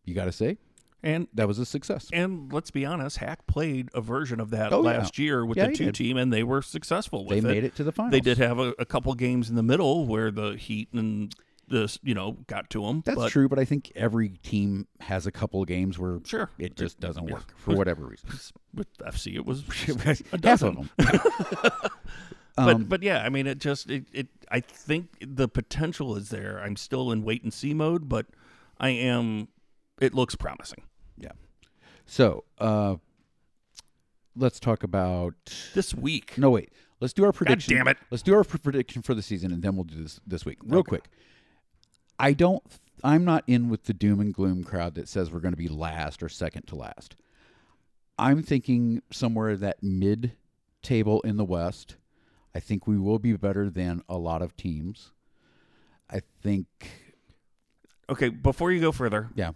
S3: you got to say
S2: And
S3: that was a success.
S2: And let's be honest, Hack played a version of that
S3: Oh, yeah.
S2: last year with
S3: Yeah,
S2: the
S3: he
S2: two
S3: did.
S2: team, and they were successful
S3: They
S2: with
S3: made it to the finals.
S2: They did have a, a couple games in the middle where the Heat and this, you know, got to them.
S3: That's
S2: but
S3: true, but I think every team has a couple of games where
S2: Sure.
S3: it just doesn't
S2: Yeah.
S3: work for whatever reason.
S2: With FC, it was a
S3: Half
S2: dozen.
S3: of them. um,
S2: but but yeah, I mean, it just it, it. I think the potential is there. I'm still in wait and see mode, but I am. It looks promising.
S3: Yeah. So uh, let's talk about.
S2: This week,
S3: No wait. Let's do our prediction.
S2: damn it.
S3: Let's do our pr- prediction for the season, and then we'll do this this week, real quick. I don't. I'm not in with the doom and gloom crowd that says we're going to be last or second to last. I'm thinking somewhere that mid table in the West. I think we will be better than a lot of teams. I think,
S2: Okay, before you go further, uh,
S3: yeah,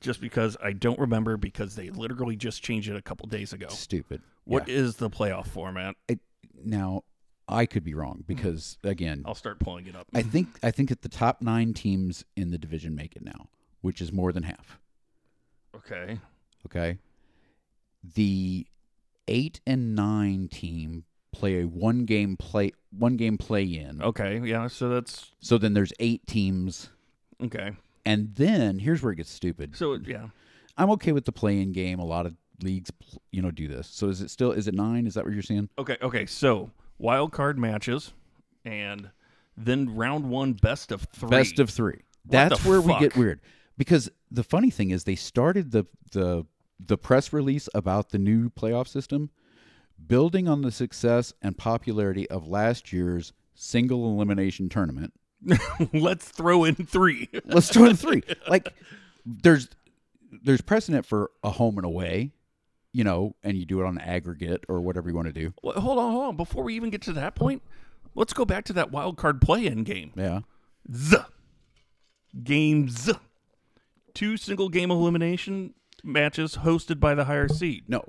S2: just because I don't remember because they literally just changed it a couple days ago.
S3: stupid.
S2: What
S3: Yeah.
S2: is the playoff format?
S3: I- now, I could be wrong because again,
S2: I'll start pulling it up.
S3: I think I think that the top nine teams in the division make it now, which is more than half.
S2: okay.
S3: Okay, the eight and nine team play a one game play one game play in.
S2: Okay. Yeah. So that's
S3: So then there's eight teams,
S2: okay.
S3: and then here's where it gets stupid.
S2: So yeah.
S3: I'm okay with the play in game. A lot of leagues, pl- you know, do this. So is it still is it nine? Is that what you're saying?
S2: Okay. Okay. So wild card matches, and then round one best of three.
S3: Best of three. That's
S2: the
S3: where we
S2: fuck?
S3: get weird. Because the funny thing is, they started the the the press release about the new playoff system, building on the success and popularity of last year's single elimination tournament.
S2: Let's throw in three.
S3: Let's throw in three. Like there's there's precedent for a home and away, you know, and you do it on aggregate or whatever you want to do.
S2: Well, hold on. Hold on. Before we even get to that point, let's go back to that wild card play-in game.
S3: Yeah.
S2: Z. Games. Two single game elimination matches hosted by the higher seed.
S3: No,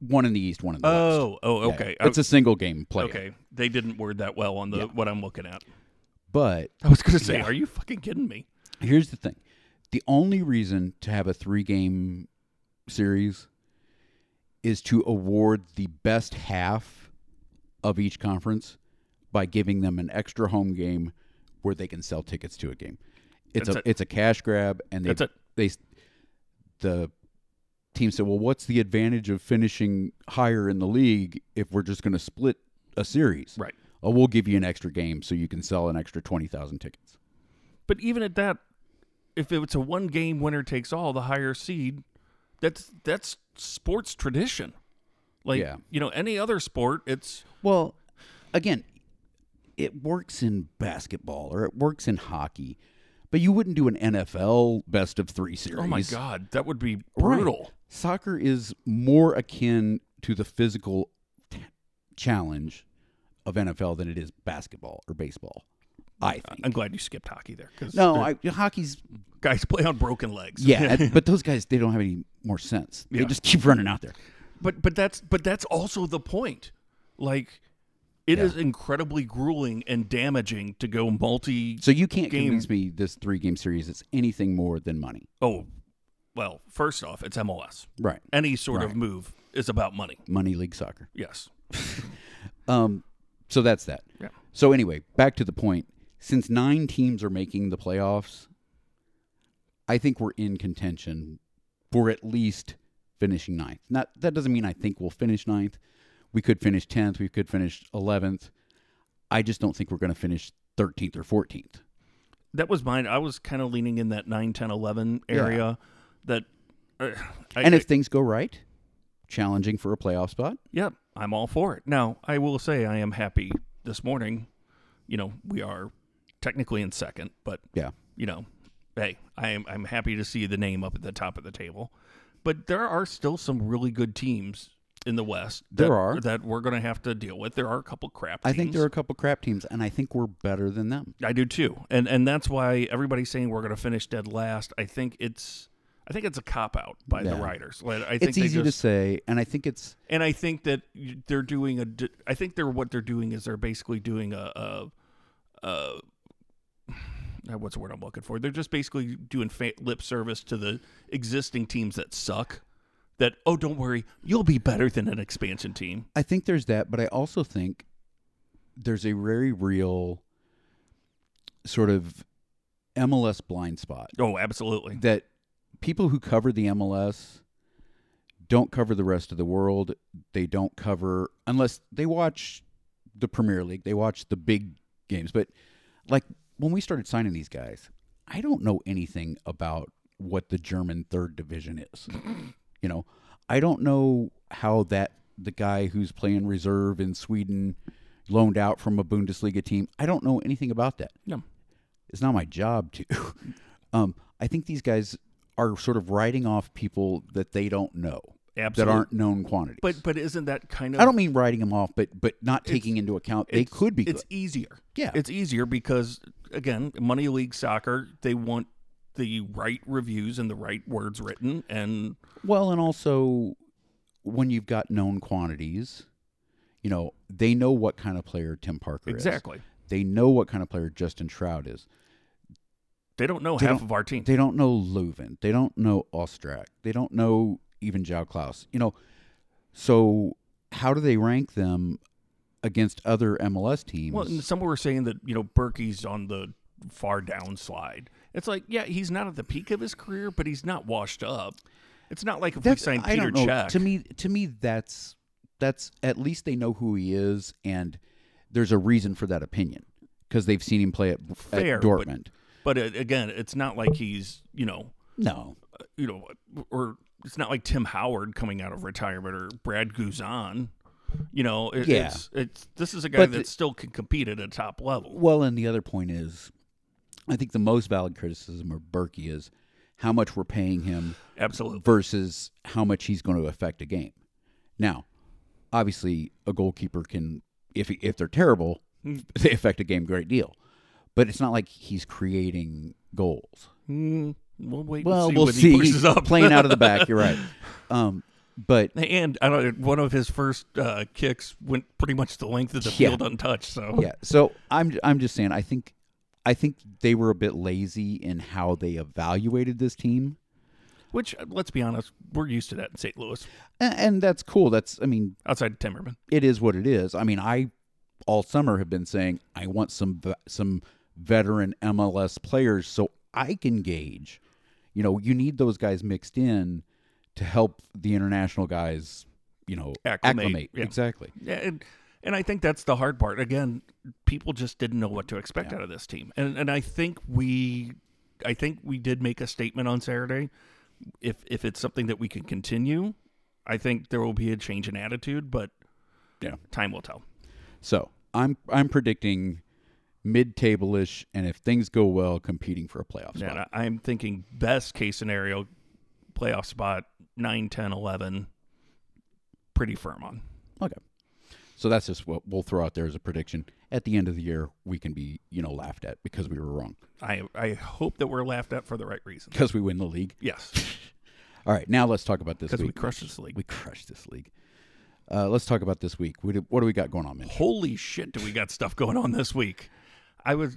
S3: one in the east, one in the west.
S2: Oh, oh,
S3: Yeah,
S2: okay.
S3: It's a single game play.
S2: Okay, they didn't word that well on the what I'm looking at.
S3: But
S2: I was gonna say, are you fucking kidding me?
S3: Here's the thing. The only reason to have a three game series is to award the best half of each conference by giving them an extra home game where they can sell tickets to a game. It's
S2: That's
S3: a
S2: it.
S3: it's a cash grab, and they
S2: That's it.
S3: they the team said, "Well, what's the advantage of finishing higher in the league if we're just going to split a series?"
S2: Right.
S3: Oh, we'll give you an extra game so you can sell an extra twenty thousand tickets.
S2: But even at that, if it's a one game winner takes all, the higher seed, that's that's sports tradition. Like
S3: Yeah.
S2: you know, any other sport, it's
S3: Well, again, it works in basketball or it works in hockey, but you wouldn't do an NFL best of three series.
S2: oh my god, that would be
S3: Right.
S2: brutal.
S3: Soccer is more akin to the physical t- challenge of NFL than it is basketball or baseball.
S2: Uh,
S3: I think.
S2: I'm glad you skipped hockey there because
S3: No, I, hockey's
S2: guys play on broken legs.
S3: yeah, but those guys they don't have any more sense. They
S2: Yeah.
S3: just keep running out there.
S2: but but that's but that's also the point. Like, it is incredibly grueling and damaging to go multi.
S3: So you can't
S2: Game.
S3: convince me this three game series is anything more than money.
S2: Oh, well, first off, it's MLS.
S3: Right.
S2: Any sort of
S3: Right.
S2: move is about money.
S3: Money league soccer.
S2: Yes.
S3: Um, so that's that.
S2: Yeah.
S3: So anyway, back to the point. Since nine teams are making the playoffs, I think we're in contention for at least finishing ninth. Not that doesn't mean I think we'll finish ninth. We could finish tenth. We could finish eleventh. I just don't think we're going to finish thirteenth or fourteenth.
S2: That was mine. I was kind of leaning in that 9, 10, 11 area that. Uh, I,
S3: And if things go right, challenging for a playoff spot.
S2: Yep, I'm all for it. Now, I will say I am happy this morning. You know, we are technically in second, but
S3: Yeah.
S2: you know, hey, I am I'm happy to see the name up at the top of the table. But there are still some really good teams in the West. That,
S3: There are.
S2: that we're going to have to deal with. There are a couple crap.
S3: I
S2: Teams.
S3: think there are a couple crap teams, and I think we're better than them.
S2: I do too, and and that's why everybody's saying we're going to finish dead last. I think it's. I think it's a cop out by the
S3: Yeah.
S2: Riders. Like, I think
S3: It's
S2: they
S3: easy to
S2: just-
S3: say, and I think it's
S2: and I think that you- they're doing a. di- I think they're what they're doing is they're basically doing a, a, a uh, what's the word I'm looking for? They're just basically doing fa- lip service to the existing teams that suck. That oh, don't worry, you'll be better than an expansion team.
S3: I think there's that, but I also think there's a very real sort of MLS blind spot
S2: Oh, absolutely.
S3: that people who cover the MLS don't cover the rest of the world. They don't cover unless they watch the Premier League, they watch the big games. But like when we started signing these guys, I don't know anything about what the German third division is. you know, I don't know how that the guy who's playing reserve in Sweden loaned out from a Bundesliga team. I don't know anything about that
S2: No,
S3: it's not my job to. um, I think these guys are sort of writing off people that they don't know
S2: Absolutely.
S3: that aren't known quantities.
S2: but but isn't that kind of
S3: I don't mean writing them off, but but not taking into account they could be good.
S2: it's easier.
S3: Yeah.
S2: It's easier because again, money league soccer, they want the right reviews and the right words written and
S3: Well, and also when you've got known quantities, you know they know what kind of player Tim Parker is.
S2: exactly.
S3: They know what kind of player Justin Shroud is.
S2: They don't know
S3: They
S2: half
S3: don't-
S2: of our team.
S3: They don't know Leuven. They don't know Ostrak. They don't know even Jao Klaus. You know, so how do they rank them against other MLS teams?
S2: well, and some were saying that you know Berkey's on the far downslide. It's like, yeah, he's not at the peak of his career, but he's not washed up. It's not like if we
S3: That's-
S2: signed
S3: I
S2: Peter
S3: don't know.
S2: Check.
S3: To me, to me, that's that's at least they know who he is, and there's a reason for that opinion because they've seen him play at,
S2: Fair,
S3: at
S2: but-
S3: Dortmund.
S2: but uh, again, it's not like he's you know
S3: no,
S2: you know, or it's not like Tim Howard coming out of retirement or Brad Guzan. You know, it,
S3: Yeah.
S2: it's it's this is a guy
S3: But
S2: that
S3: the-
S2: still can compete at a top level.
S3: Well, and the other point is, I think the most valid criticism of Berkey is how much we're paying him
S2: Absolutely,
S3: versus how much he's going to affect a game. Now, obviously, a goalkeeper can, if if they're terrible,
S2: Hmm.
S3: they affect a game a great deal. But it's not like he's creating goals.
S2: Hmm, we'll wait.
S3: Well,
S2: and see
S3: we'll
S2: when
S3: see.
S2: He pushes up.
S3: Playing out of the back, you're right. Um, but
S2: and I don't. One of his first uh, kicks went pretty much the length of the
S3: Yeah.
S2: field untouched. So
S3: yeah, so I'm I'm just saying, I think I think they were a bit lazy in how they evaluated this team.
S2: Which, uh, let's be honest, we're used to that in St. Louis,
S3: A- And, that's cool. That's I mean,
S2: outside of Timmerman.
S3: it is what it is. I mean, I all summer have been saying I want some ve- some veteran MLS players so I can gauge. You know, you need those guys mixed in to help the international guys. You know,
S2: Acclimate, yeah.
S3: exactly.
S2: Yeah, and and I think that's the hard part. Again, people just didn't know what to expect out of this team, and and I think we, I think we did make a statement on Saturday. If if it's something that we can continue, I think there will be a change in attitude, but
S3: Yeah.
S2: time will tell.
S3: So I'm I'm predicting mid-table ish, and if things go well, competing for a playoff spot.
S2: And I, I'm thinking best case scenario, playoff spot 9, 10, 11, pretty firm on.
S3: Okay. So that's just what we'll throw out there as a prediction. At the end of the year, we can be, you know, laughed at because we were wrong
S2: I I hope that we're laughed at for the right reasons.
S3: because we win the league.
S2: Yes,
S3: All right, now let's talk about this
S2: because we
S3: week.
S2: crushed this league.
S3: We crushed this league. Uh, let's talk about this week. What do, what do we got going on, Mitch?
S2: holy shit do we got stuff going on this week i was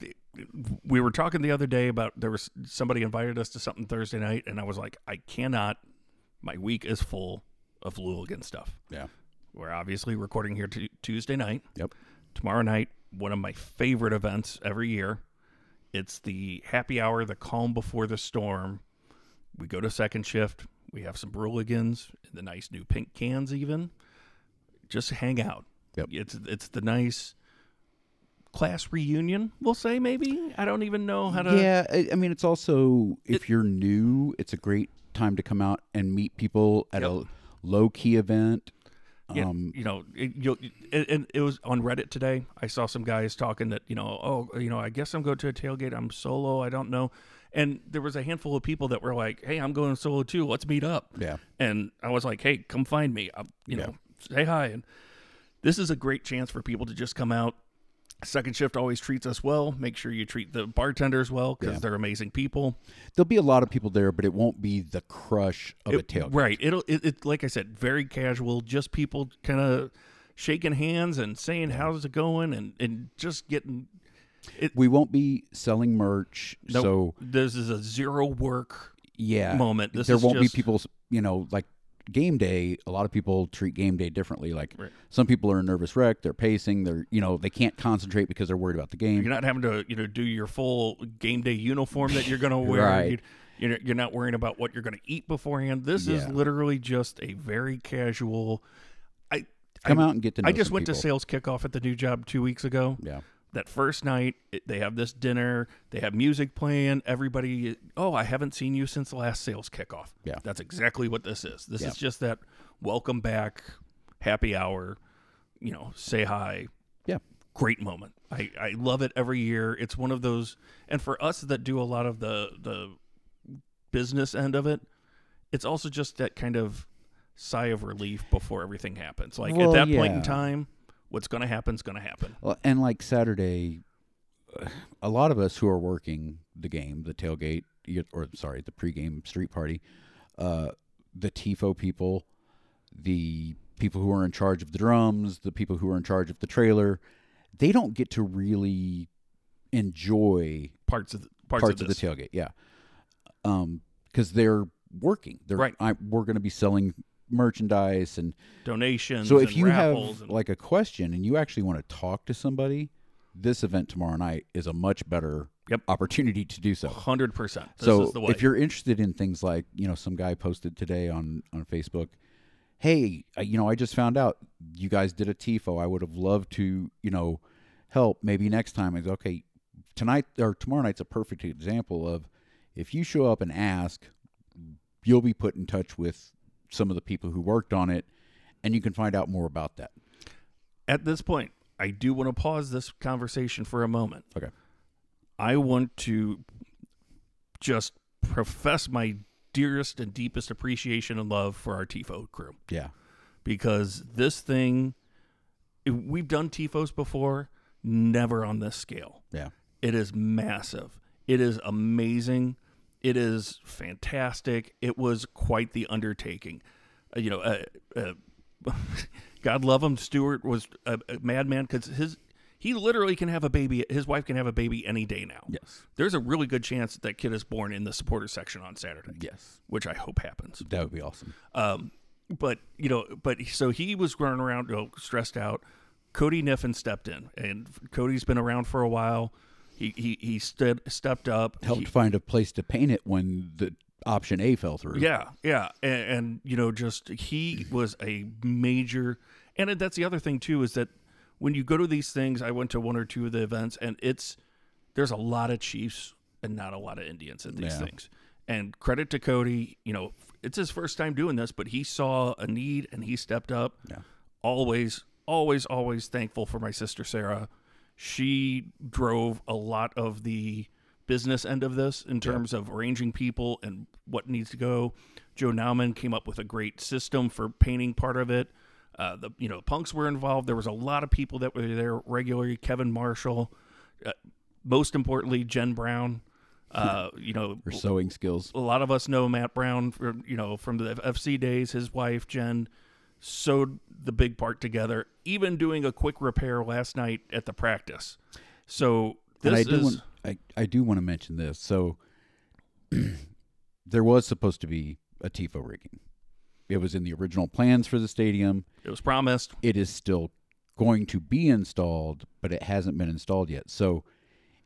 S2: we were talking the other day about there was somebody invited us to something thursday night and i was like i cannot my week is full of luligan stuff
S3: Yeah.
S2: we're obviously recording here t- tuesday night
S3: Yep.
S2: tomorrow night one of my favorite events every year it's the happy hour the calm before the storm we go to second shift we have some bruligans in the nice new pink cans even just hang out
S3: Yep.
S2: it's it's the nice class reunion we'll say maybe i don't even know how to
S3: Yeah, I, I mean, it's also if you're new, it's a great time to come out and meet people at a low key event.
S2: Yeah,
S3: Um,
S2: you know, it, you'll, it, and it was on Reddit today. I saw some guys talking that you know, oh, you know, I guess I'm going to a tailgate. I'm solo. I don't know. And there was a handful of people that were like, "Hey, I'm going solo too. Let's meet up."
S3: Yeah.
S2: And I was like, "Hey, come find me. i you know, say hi." And this is a great chance for people to just come out. Second shift always treats us well. Make sure you treat the bartenders well because they're amazing people.
S3: There'll be a lot of people there, but it won't be the crush of a tailgate.
S2: Right. It'll it, it like I said, very casual, just people kind of shaking hands and saying how's it going and and just getting
S3: We won't be selling merch.
S2: no
S3: So,
S2: this is a zero work.
S3: yeah.
S2: moment. This
S3: there
S2: is
S3: won't
S2: just-
S3: be people, you know, like game day. A lot of people treat game day differently. Like
S2: Right.
S3: some people are a nervous wreck. They're pacing. They're, you know, they can't concentrate because they're worried about the game.
S2: You're not having to, you know, do your full game day uniform that you're going to wear.
S3: Right.
S2: You, you're you're not worrying about what you're going to eat beforehand. This is
S3: Yeah.
S2: literally just a very casual I
S3: Come
S2: I,
S3: out and get to know
S2: I just
S3: some
S2: went to
S3: people.
S2: sales kickoff at the new job 2 weeks ago.
S3: Yeah.
S2: that first night it- they have this dinner they have music playing everybody oh i haven't seen you since the last sales kickoff
S3: Yeah.
S2: that's exactly what this is this is just that welcome back happy hour you know say hi
S3: Yeah.
S2: great moment i, I love it every year it's one of those and for us that do a lot of the the business end of it it's also just that kind of sigh of relief before everything happens like
S3: Well,
S2: at that point in
S3: yeah.
S2: time what's going to happen is going to happen
S3: Well, and like Saturday, a lot of us who are working the game, the tailgate, y- or sorry, the pregame street party, uh, the TIFO people, the people who are in charge of the drums, the people who are in charge of the trailer, they don't get to really enjoy
S2: parts of the, parts, of,
S3: parts, of,
S2: this.
S3: the tailgate. Yeah, um, because they're working. They're
S2: Right.
S3: I, we're going to be selling merchandise and
S2: donations.
S3: so if
S2: and
S3: you have
S2: raffles and,
S3: like a question and you actually want to talk to somebody, this event tomorrow night is a much better
S2: Yep.
S3: opportunity to do so.
S2: hundred percent, this
S3: so
S2: is the way.
S3: if you're interested in things like you know some guy posted today on on Facebook, hey, uh, you know I just found out you guys did a tifo. I would have loved to you know help. Maybe next time is okay. Tonight or tomorrow night's a perfect example of if you show up and ask, you'll be put in touch with some of the people who worked on it, and you can find out more about that.
S2: at this point, I do want to pause this conversation for a moment.
S3: Okay.
S2: I want to just profess my dearest and deepest appreciation and love for our TIFO crew
S3: Yeah.
S2: because this thing, we've done TIFOs before, never on this scale.
S3: Yeah.
S2: It is massive. It is amazing. It is fantastic. It was quite the undertaking. Uh, you know, uh, uh, God love him. Stewart was a, a madman because his He literally can have a baby. His wife can have a baby any day now.
S3: Yes.
S2: There's a really good chance that that kid is born in the supporter section on Saturday,
S3: Yes.
S2: which I hope happens.
S3: That would be awesome.
S2: Um, but you know, but so he was running around you know, stressed out. Cody Niffin stepped in, and Cody's been around for a while. He he he stood stepped up.
S3: Helped
S2: He-
S3: find a place to paint it when the option A fell through.
S2: yeah, yeah, and, and you know, just he was a major. And that's the other thing too is that when you go to these things, I went to one or two of the events, and it's there's a lot of Chiefs and not a lot of Indians at these
S3: Yeah.
S2: things. And credit to Cody, you know, it's his first time doing this, but he saw a need and he stepped up.
S3: Yeah.
S2: Always, always, always thankful for my sister Sarah. She drove a lot of the business end of this in terms of arranging people and what needs to go. Joe Nauman came up with a great system for painting part of it. Uh, the you know punks were involved. There was a lot of people that were there regularly. Kevin Marshall, uh, most importantly, Jen Brown. Uh, you know,
S3: Her sewing skills.
S2: a lot of us know Matt Brown from you know from the FC days. His wife Jen sewed the big part together, even doing a quick repair last night at the practice. So
S3: and I
S2: this
S3: do
S2: is
S3: want, I, I do want to mention this. So there was supposed to be a TIFO rigging. It was in the original plans for the stadium.
S2: it was promised.
S3: It is still going to be installed, but it hasn't been installed yet. So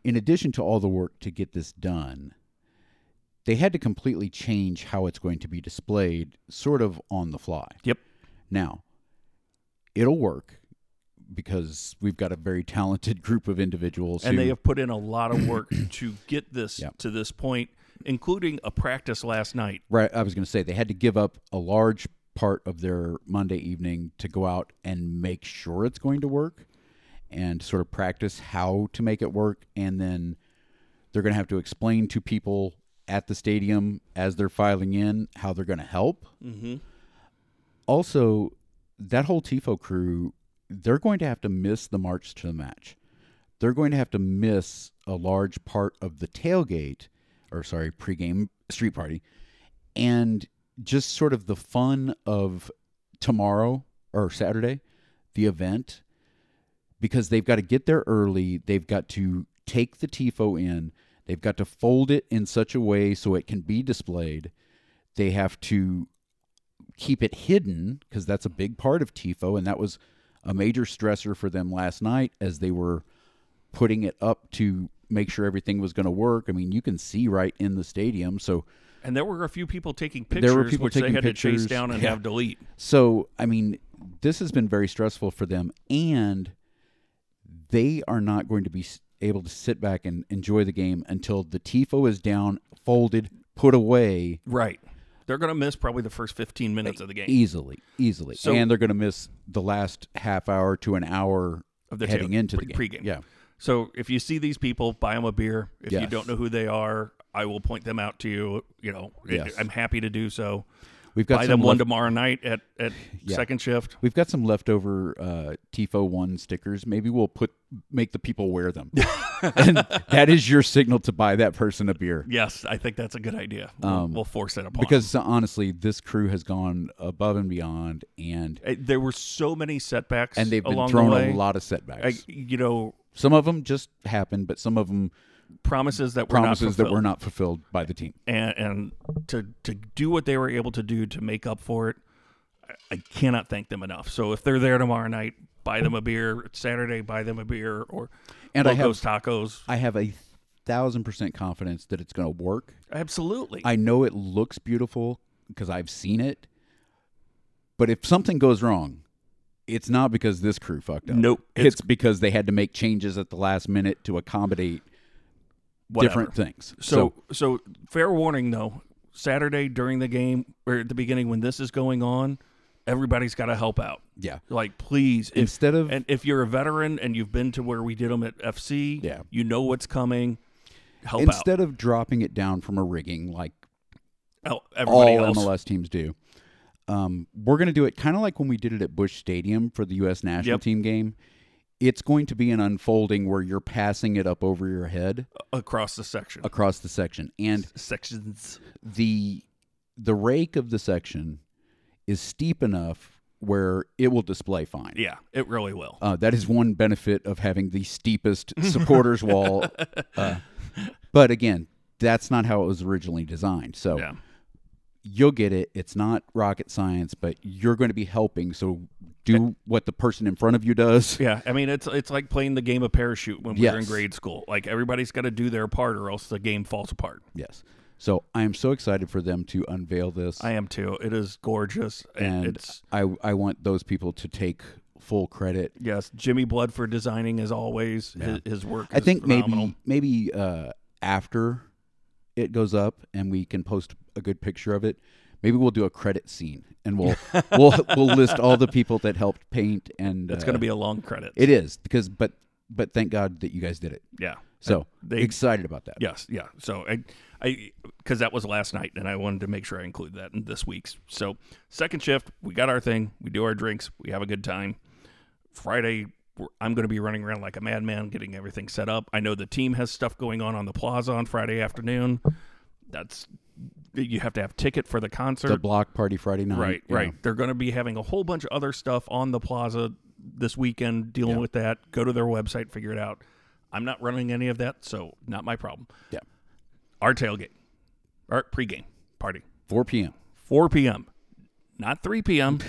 S3: in addition to all the work to get this done, they had to completely change how it's going to be displayed sort of on the fly.
S2: Yep.
S3: Now, it'll work because we've got a very talented group of individuals
S2: and
S3: who
S2: they have put in a lot of work to get this
S3: Yeah.
S2: to this point, including a practice last night.
S3: Right. I was going to say they had to give up a large part of their Monday evening to go out and make sure it's going to work and sort of practice how to make it work. And then they're going to have to explain to people at the stadium as they're filing in how they're going to help.
S2: Mm-hmm.
S3: Also, that whole TIFO crew, they're going to have to miss the march to the match. They're going to have to miss a large part of the tailgate, or sorry, pregame street party, and just sort of the fun of tomorrow or Saturday, the event, because they've got to get there early. They've got to take the TIFO in. They've got to fold it in such a way so it can be displayed. They have to keep it hidden because that's a big part of tifo and that was a major stressor for them last night as they were putting it up to make sure everything was going to work i mean you can see right in the stadium so
S2: And there were a few people taking pictures,
S3: There were people
S2: which they
S3: taking
S2: had to
S3: pictures.
S2: chase down and
S3: Yeah.
S2: have delete.
S3: so i mean this has been very stressful for them and they are not going to be s- able to sit back and enjoy the game until the tifo is down folded put away
S2: Right. They're going to miss probably the first 15 minutes of the game.
S3: easily easily
S2: So-
S3: and they're going to miss the last half hour to an hour
S2: Of the
S3: heading
S2: tail-
S3: into the
S2: pre-
S3: game
S2: pregame.
S3: yeah
S2: So if you see these people, buy them a beer. If you
S3: Yes.
S2: don't know who they are, I will point them out to you. You know, I-
S3: Yes.
S2: I'm happy to do so.
S3: We've got
S2: buy them
S3: some
S2: one
S3: left-
S2: tomorrow night at, at
S3: Yeah.
S2: second shift.
S3: We've got some leftover uh, Tifo one stickers. Maybe we'll put make the people wear them, and that is your signal to buy that person a beer.
S2: Yes, I think that's a good idea. We'll, we'll force that upon
S3: Um, Because honestly, this crew has gone above and beyond, and
S2: Uh, there were so many setbacks
S3: and they've been
S2: along
S3: thrown
S2: the way.
S3: a lot of
S2: I,
S3: setbacks.
S2: you know,
S3: some of them just happened, but some of them
S2: promises that were not
S3: promises that were not fulfilled by the team.
S2: and, and to to do what they were able to do to make up for it, I- I cannot thank them enough. So if they're there tomorrow night, buy them a beer. Saturday, buy them a beer or
S3: And I have-
S2: Locos tacos.
S3: I have a thousand percent confidence that it's going to work.
S2: Absolutely,
S3: I know it looks beautiful because I've seen it. But if something goes wrong, it's not because this crew fucked up.
S2: Nope.
S3: It's, because they had to make changes at the last minute to accommodate
S2: Whatever.
S3: different things.
S2: So, so fair warning though. Saturday during the game or at the beginning when this is going on, everybody's got to help out.
S3: yeah.
S2: Like please, if,
S3: Instead of
S2: and if you're a veteran and you've been to where we did them at FC,
S3: Yeah.
S2: you know what's coming. Help
S3: instead of dropping it down from a rigging like
S2: out Hel- everybody
S3: all
S2: else.
S3: MLS teams do. Um, we're going to do it kind of like when we did it at Bush Stadium for the U.S. national
S2: Yep.
S3: team game. It's going to be an unfolding where you're passing it up over your head
S2: across the section.
S3: across the section. And
S2: sections.
S3: the the rake of the section is steep enough where it will display fine.
S2: Yeah, it really will.
S3: Uh, that is one benefit of having the steepest supporters wall. Uh, but again, that's not how it was originally designed. So
S2: Yeah.
S3: you'll get it. It's not rocket science, but you're going to be helping. So do what the person in front of you does.
S2: Yeah, I mean it's it's like playing the game of parachute when we were in
S3: Yes.
S2: grade school. Like everybody's got to do their part, or else the game falls apart.
S3: Yes. So I am so excited for them to unveil this,
S2: I am too. It is gorgeous, and,
S3: and
S2: it's
S3: I I want those people to take full credit.
S2: yes, Jimmy Blood for designing as always. His, his work.
S3: I
S2: is
S3: think
S2: phenomenal.
S3: maybe maybe uh, after it goes up and we can post a good picture of it. Maybe we'll do a credit scene and we'll we'll we'll list all the people that helped paint and uh,
S2: it's going to be a long credit.
S3: it is because but but thank God that you guys did it.
S2: yeah.
S3: So
S2: They-
S3: excited about that.
S2: Yes, yeah. So I, I, because that was last night, and I wanted to make sure I include that in this week's. So second shift, we got our thing. We do our drinks. We have a good time. Friday, we're- I'm going to be running around like a madman, getting everything set up. I know the team has stuff going on on the plaza on Friday afternoon. That's you have to have ticket for the concert.
S3: The block party Friday night.
S2: Right,
S3: you know.
S2: right. They're going to be having a whole bunch of other stuff on the plaza this weekend dealing with that. Go to their website, figure it out. I'm not running any of that, so not my problem.
S3: Yeah.
S2: Our tailgate, our pregame party,
S3: 4 p.m.
S2: 4 p.m., not 3 p.m.,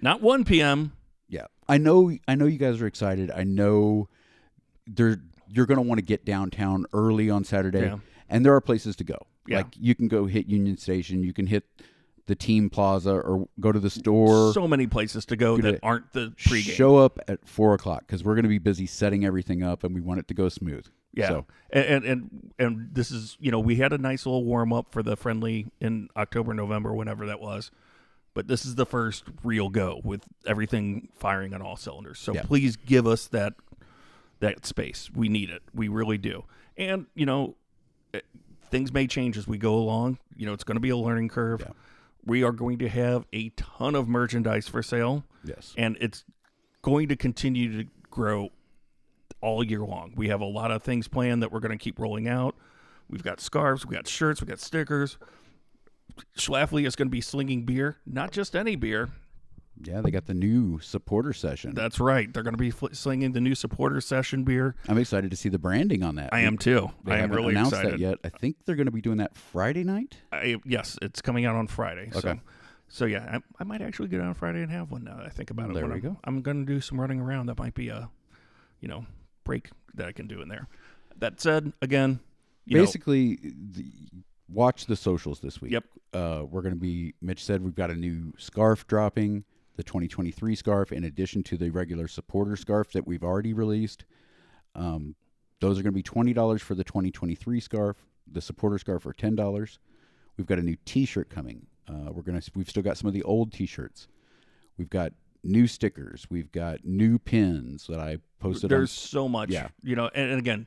S2: not 1 p.m.
S3: Yeah. I know I know you guys are excited. I know there you're going to want to get downtown early on Saturday
S2: Yeah.
S3: and there are places to go.
S2: Yeah.
S3: Like you can go hit Union Station, you can hit the team plaza or go to the store.
S2: so many places to go that
S3: to
S2: aren't the pregame.
S3: Show up at four o'clock because we're going to be busy setting everything up and we want it to go smooth.
S2: Yeah,
S3: So,
S2: and, and and and this is you know we had a nice little warm up for the friendly in October, November, whenever that was, but this is the first real go with everything firing on all cylinders. So
S3: Yeah.
S2: please give us that that space. We need it. We really do. And you know, eh, things may change as we go along. You know, it's going to be a learning curve. We are going to have a ton of merchandise for sale
S3: yes.
S2: and it's going to continue to grow all year long. We have a lot of things planned that we're going to keep rolling out. We've got scarves, we've got shirts, we've got stickers. Schlafly is going to be slinging beer, not just any beer.
S3: Yeah, they got the new supporter session.
S2: That's right. They're going to be fl- slinging the new supporter session beer.
S3: I'm excited to see the branding on that.
S2: I am too.
S3: They
S2: I am
S3: haven't
S2: really
S3: announced
S2: excited.
S3: that yet. I think they're going to be doing that Friday night.
S2: I, yes, it's coming out on Friday. So, so yeah, I, I might actually get out on Friday and have one now that I think about it.
S3: There
S2: when
S3: we
S2: I'm,
S3: go.
S2: I'm going to do some running around. That might be a, you know, break that I can do in there. That said, again, you know,
S3: basically the, watch the socials this week.
S2: Yep.
S3: Uh, we're going to be. Mitch said we've got a new scarf dropping, the 2023 scarf, in addition to the regular supporter scarf that we've already released. Um, those are going to be twenty dollars for the 2023 scarf. The supporter scarf are ten dollars. We've got a new T-shirt coming. Uh, we're gonna. We've still got some of the old T-shirts. We've got new stickers. We've got new pins that I posted.
S2: there's so much.
S3: Yeah.
S2: You know, and, and again,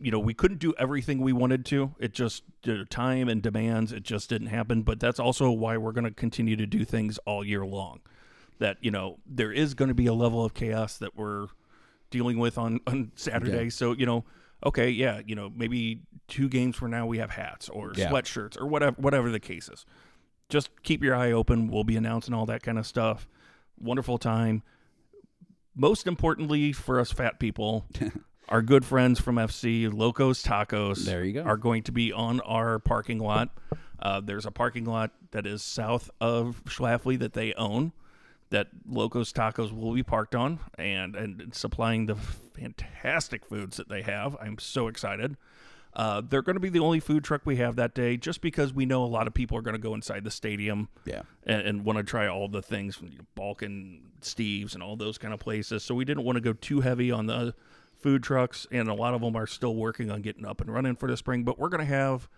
S2: you know, we couldn't do everything we wanted to. It just the time and demands. It just didn't happen. But that's also why we're going to continue to do things all year long. That you know, there is going to be a level of chaos that we're dealing with on on Saturday. So you know, okay, yeah, you know, maybe two games from now we have hats or
S3: Yeah.
S2: sweatshirts or whatever whatever the case is. Just keep your eye open. We'll be announcing all that kind of stuff. Wonderful time most importantly for us fat people, our good friends from FC Locos Tacos.
S3: There you go.
S2: Are going to be on our parking lot. Uh, there's a parking lot that is south of Schlafly that they own. That Locos Tacos will be parked on and and supplying the fantastic foods that they have. I'm so excited. Uh, they're going to be the only food truck we have that day, just because we know a lot of people are going to go inside the stadium
S3: on, yeah.
S2: and, and want to try all the things from you know, Balkan, Steve's, and all those kind of places. So we didn't want to go too heavy on the food trucks, and a lot of them are still working on getting up and running for the spring. But we're going to have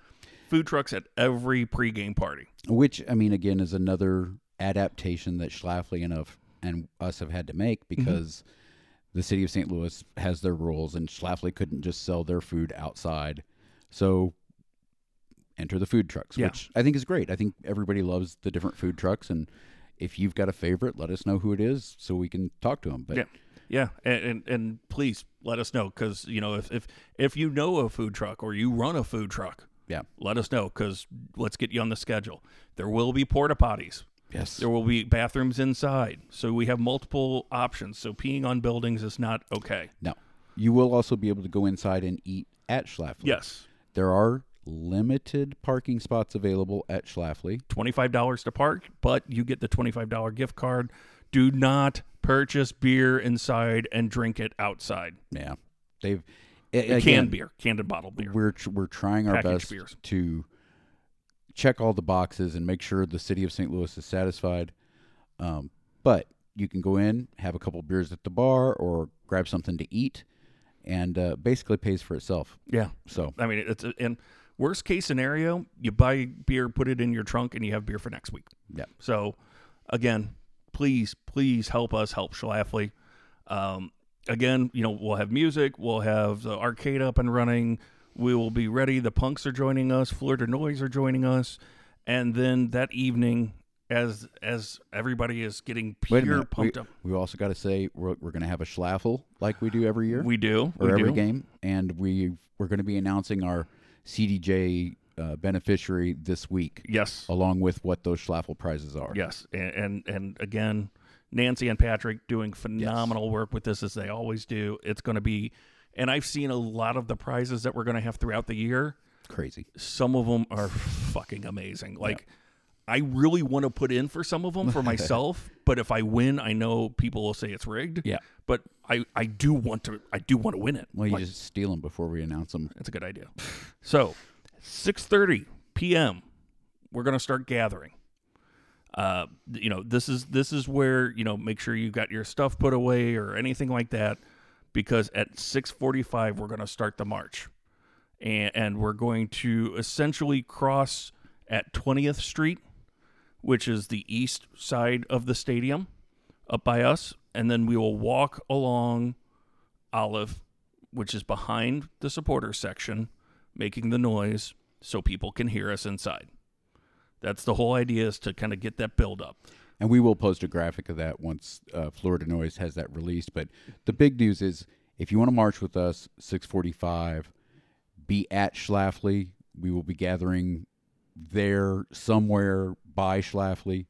S2: food trucks at every pregame party.
S3: which I mean, again, is another adaptation that Schlafly and of and us have had to make
S2: Mm-hmm.
S3: because the city of St. Louis has their rules, and Schlafly couldn't just sell their food outside, so enter the food trucks,
S2: Yeah.
S3: which I think is great. I think everybody loves the different food trucks, and if you've got a favorite, let us know who it is so we can talk to them. But
S2: Yeah. Yeah, and, and and please let us know because you know if, if if you know a food truck or you run a food truck,
S3: yeah,
S2: let us know because let's get you on the schedule. There will be porta potties.
S3: Yes.
S2: There will be bathrooms inside. So we have multiple options. So peeing on buildings is not okay.
S3: No. You will also be able to go inside and eat at Schlafly.
S2: Yes.
S3: There are limited parking spots available at Schlafly.
S2: $25 to park, but you get the $25 gift card. Do not purchase beer inside and drink it outside.
S3: Yeah. They've it,
S2: Canned beer, canned and bottled beer.
S3: We're tr- we're trying our
S2: Packaged
S3: best
S2: beers.
S3: to check all the boxes and make sure the city of St. Louis is satisfied. Um, but you can go in, have a couple beers at the bar, or grab something to eat, and uh, basically pays for itself.
S2: Yeah.
S3: So
S2: I mean, it's and worst case scenario, you buy beer, put it in your trunk, and you have beer for next week.
S3: Yeah.
S2: So, again, please, please help us help Schlafly. Um, again, you know, we'll have music, we'll have the arcade up and running. We will be ready. The punks are joining us. Fleur de Noise are joining us, and then that evening, as as everybody is getting
S3: wait a
S2: pure
S3: minute. We,
S2: pumped up,
S3: we also got to say we're we're gonna have a schlaffle like we do every year.
S2: we do.
S3: or
S2: we
S3: every
S2: do.
S3: game, and we we're going to be announcing our CDJ uh, beneficiary this week,
S2: Yes.
S3: along with what those Schlaffel prizes are.
S2: Yes, and and, and again, Nancy and Patrick doing phenomenal work with this as they always do. It's going to be, and I've seen a lot of the prizes that we're going to have throughout the year.
S3: crazy.
S2: Some of them are fucking amazing. Like, I really want to put in for some of them for myself, but if I win, I know people will say it's rigged.
S3: Yeah.
S2: but I I do want to I do want to win it.
S3: Well, you
S2: Like,
S3: just steal them before we announce them.
S2: it's a good idea. So, 6:30 p.m. We're going to start gathering. Uh, you know, this is this is where you know make sure you got your stuff put away or anything like that, because at 6:45 we're going to start the march, and, and we're going to essentially cross at 20th Street, which is the east side of the stadium, up by us, and then we will walk along Olive, which is behind the supporter section, making the noise so people can hear us inside. That's the whole idea is to kind of get that build up.
S3: And we will post a graphic of that once uh, Florida Noise has that released. But the big news is if you want to march with us, 645, be at Schlafly. We will be gathering there somewhere by Schlafly.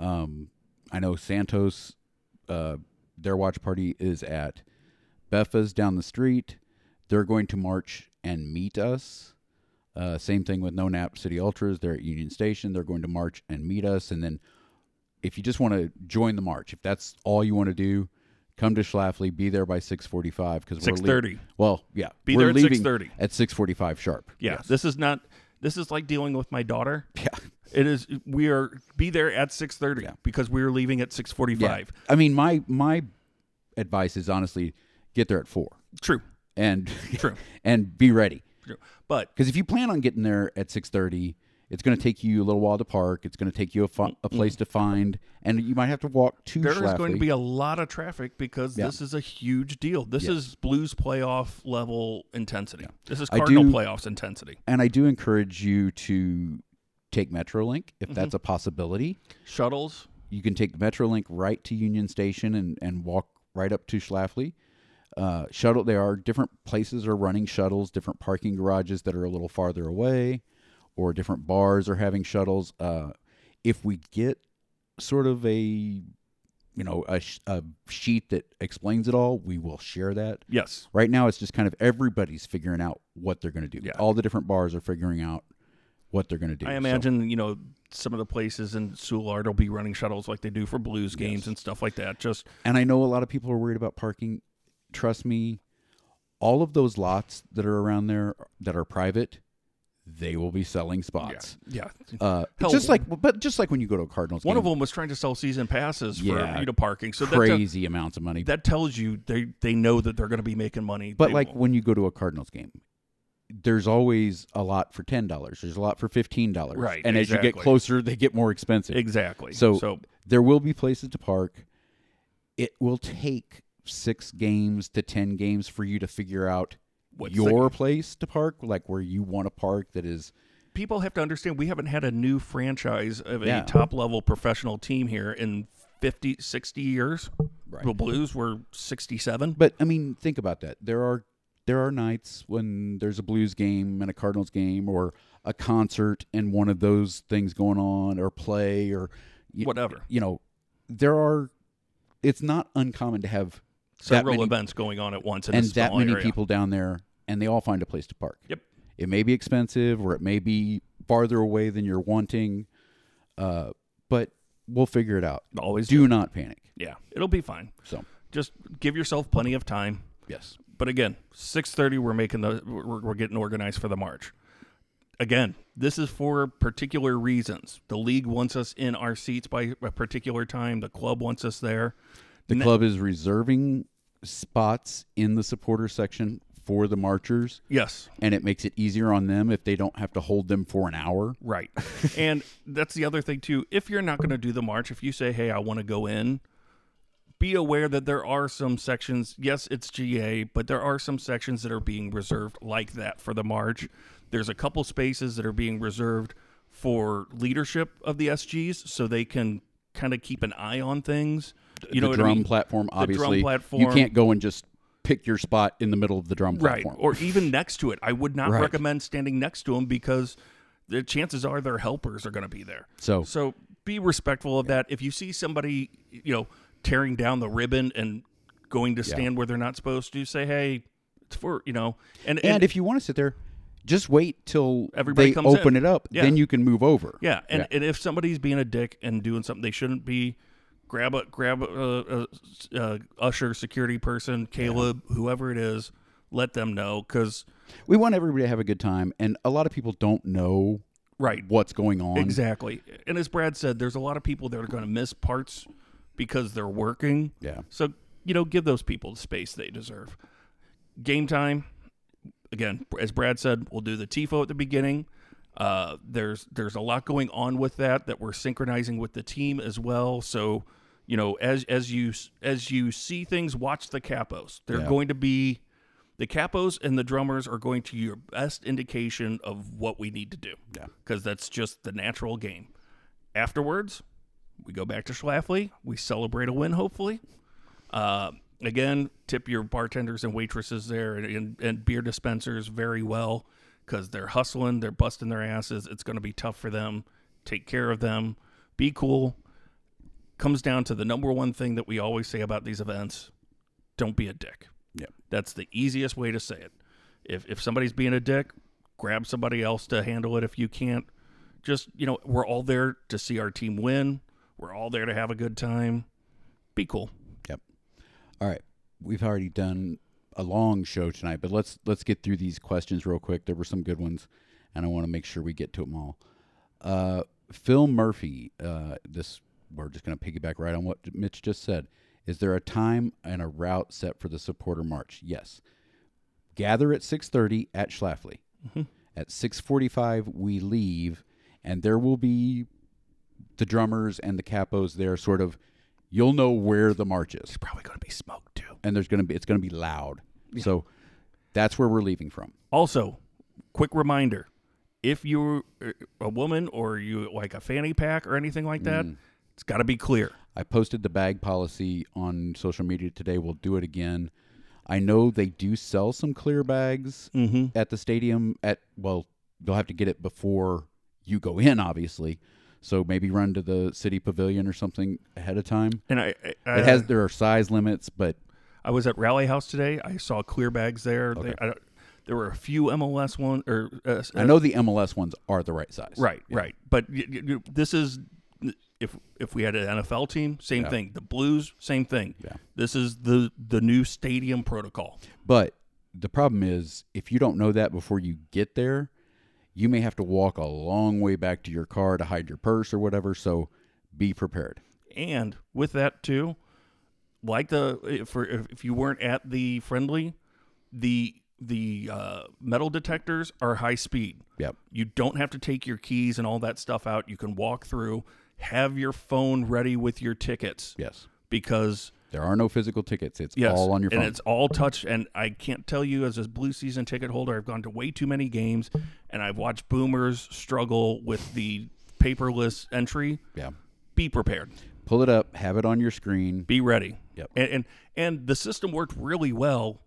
S3: Um, I know Santos, uh, their watch party is at Beffa's down the street. They're going to march and meet us. Uh, same thing with No Nap City Ultras. They're at Union Station. They're going to march and meet us. And then if you just want to join the march, if that's all you want to do, come to Schlafly. Be there by six forty-five because we're lea-
S2: 6:30.
S3: well, yeah,
S2: Be
S3: we're
S2: there at
S3: leaving
S2: 6:30.
S3: at six forty-five sharp.
S2: Yeah, this is not. This is like dealing with my daughter.
S3: Yeah.
S2: It is. We are be there at six thirty because we are leaving at six forty
S3: Yeah.
S2: five.
S3: I mean, my my advice is honestly get there at four
S2: True.
S3: and
S2: True.
S3: and be ready
S2: True. But
S3: because if you plan on getting there at six thirty, it's going to take you a little while to park. It's going to take you a, fu- a place to find, and you might have to walk to.
S2: there is
S3: Schlafly.
S2: going to be a lot of traffic because this is a huge deal. This is Blues playoff level intensity. This is
S3: I
S2: Cardinal
S3: do-
S2: playoffs intensity.
S3: and I do encourage you to take MetroLink if that's
S2: Mm-hmm.
S3: a possibility.
S2: Shuttles.
S3: you can take the Metrolink right to Union Station and, and walk right up to Schlafly. Uh, shuttle. There are different places are running shuttles. Different parking garages that are a little farther away, or different bars are having shuttles. Uh, if we get sort of a, you know, a, sh- a sheet that explains it all, we will share that.
S2: Yes.
S3: Right now, it's just kind of everybody's figuring out what they're going to do.
S2: Yeah.
S3: All the different bars are figuring out what they're going to do.
S2: I
S3: So-
S2: imagine you know some of the places in Soulard will be running shuttles like they do for blues games and stuff like that. Just
S3: And I know a lot of people are worried about parking. Trust me, all of those lots that are around there that are private, they will be selling spots.
S2: yeah.
S3: Uh,
S2: Hell-
S3: just like, but just like when you go to a Cardinals
S2: One
S3: game,
S2: of them was trying to sell season passes
S3: Yeah.
S2: for Utah parking, so that, te-
S3: crazy amounts of money.
S2: that tells you they they know that they're going to be making money.
S3: but
S2: They
S3: like
S2: will-
S3: when you go to a Cardinals game, there's always a lot for ten dollars. There's a lot for fifteen dollars.
S2: Right,
S3: and as you get
S2: exactly.
S3: closer, they get more expensive.
S2: exactly.
S3: So,
S2: so
S3: there will be places to park. It will take six games to ten games for you to figure out
S2: What's
S3: your place to park, like where you want to park. That is,
S2: people have to understand we haven't had a new franchise of a
S3: Yeah.
S2: top level professional team here in 50, 60 years.
S3: Right.
S2: The Blues were sixty seven.
S3: but I mean, think about that. There are there are nights when there's a Blues game and a Cardinals game, or a concert and one of those things going on, or play, or You-
S2: whatever.
S3: You know, there are. It's not uncommon to have that
S2: Several
S3: many-
S2: events going on at once in a
S3: and that
S2: small
S3: many
S2: area.
S3: people down there, and they all find a place to park.
S2: Yep.
S3: It may be expensive, or it may be farther away than you're wanting, uh, but we'll figure it out.
S2: Always
S3: Do not panic.
S2: Yeah, it'll be fine.
S3: So
S2: Just give yourself plenty of time.
S3: yes,
S2: But again, six thirty, we're making the we're, we're getting organized for the march. Again, this is for particular reasons. The league wants us in our seats by a particular time. The club wants us there.
S3: the
S2: Ne-
S3: club is reserving spots in the supporter section for the marchers,
S2: Yes,
S3: and it makes it easier on them if they don't have to hold them for an hour.
S2: right. and that's the other thing too. If you're not going to do the march, if you say, "Hey, I want to go in," be aware that there are some sections. Yes, it's GA, but there are some sections that are being reserved like that for the march. There's a couple spaces that are being reserved for leadership of the SGs, so they can kind of keep an eye on things. You know
S3: the
S2: what
S3: drum
S2: I mean?
S3: platform, obviously, you
S2: platform.
S3: can't go and just pick your spot in the middle of the drum
S2: right,
S3: platform.
S2: or even next to it. I would not
S3: Right.
S2: recommend standing next to them because the chances are their helpers are going to be there.
S3: So-
S2: so be respectful of that. If you see somebody, you know, tearing down the ribbon and going to stand where they're not supposed to, say, "Hey, it's for you know." And,
S3: And if you want to sit there, just wait till
S2: Everybody
S3: they
S2: comes
S3: open
S2: in.
S3: it up.
S2: Yeah.
S3: Then you can move over.
S2: yeah, and, and if somebody's being a dick and doing something they shouldn't be. Grab a grab a, a, a usher security person, Caleb, whoever it is. Let them know because
S3: We want everybody to have a good time, and a lot of people don't know
S2: right,
S3: what's going on.
S2: Exactly. And as Brad said, there's a lot of people that are going to miss parts because they're working.
S3: Yeah.
S2: So, you know, give those people the space they deserve. Game time, again, as Brad said, we'll do the TIFO at the beginning. Uh, there's there's a lot going on with that that we're synchronizing with the team as well. So, you know, as as you as you see things, watch the capos. They're
S3: Yeah.
S2: going to be the capos and the drummers are going to be your best indication of what we need to do.
S3: Yeah.
S2: Because that's just the natural game. Afterwards, we go back to Schlafly. We celebrate a win, hopefully. Uh, again, tip your bartenders and waitresses there and, and, and beer dispensers very well because they're hustling, they're busting their asses. It's going to be tough for them. Take care of them. Be cool. Comes down to the number one thing that we always say about these events don't be a dick.
S3: Yeah.
S2: That's the easiest way to say it. If if somebody's being a dick, grab somebody else to handle it if you can't. Just, you know, we're all there to see our team win. We're all there to have a good time. Be cool.
S3: Yep. All right. We've already done a long show tonight, but let's let's get through these questions real quick. There were some good ones, and I want to make sure we get to them all. Uh, Phil Murphy. Uh, this we're just going to piggyback right on what Mitch just said. Is there a time and a route set for the supporter march? Yes. Gather at six thirty at Schlafly. At six forty-five, we leave, and there will be the drummers and the capos there. Sort of, you'll know where the march is
S2: Probably going to be smoked too.
S3: and there's going to be it's going to be loud. So that's where we're leaving from.
S2: Also, quick reminder if you're uh, a woman or you like a fanny pack or anything like that,
S3: Mm.
S2: it's got to be clear.
S3: I posted the bag policy on social media today. We'll do it again. I know they do sell some clear bags
S2: Mhm.
S3: at the stadium at well, you'll have to get it before you go in obviously. So maybe run to the city pavilion or something ahead of time.
S2: And I, I, I
S3: It has there are size limits, but
S2: I was at Rally House today. I saw clear bags there. They, I, there were a few MLS one or uh,
S3: I know the MLS ones are the right size.
S2: Right, right. But y- y- y- this is if if we had an NFL team, same thing. The Blues, same thing.
S3: Yeah.
S2: This is the the new stadium protocol.
S3: But the problem is, if you don't know that before you get there, you may have to walk a long way back to your car to hide your purse or whatever. So be prepared.
S2: And with that too, like the for if, if you weren't at the friendly, the the uh, metal detectors are high speed.
S3: Yep.
S2: You don't have to take your keys and all that stuff out. You can walk through. Have your phone ready with your tickets
S3: Yes.
S2: because
S3: There are no physical tickets. It's
S2: Yes,
S3: all on your phone.
S2: And it's all touch. And I can't tell you, as a blue season ticket holder, I've gone to way too many games and I've watched boomers struggle with the paperless entry.
S3: yeah.
S2: Be prepared,
S3: Pull it up. Have it on your screen.
S2: be ready.
S3: Yep.
S2: And, and, and the system worked really well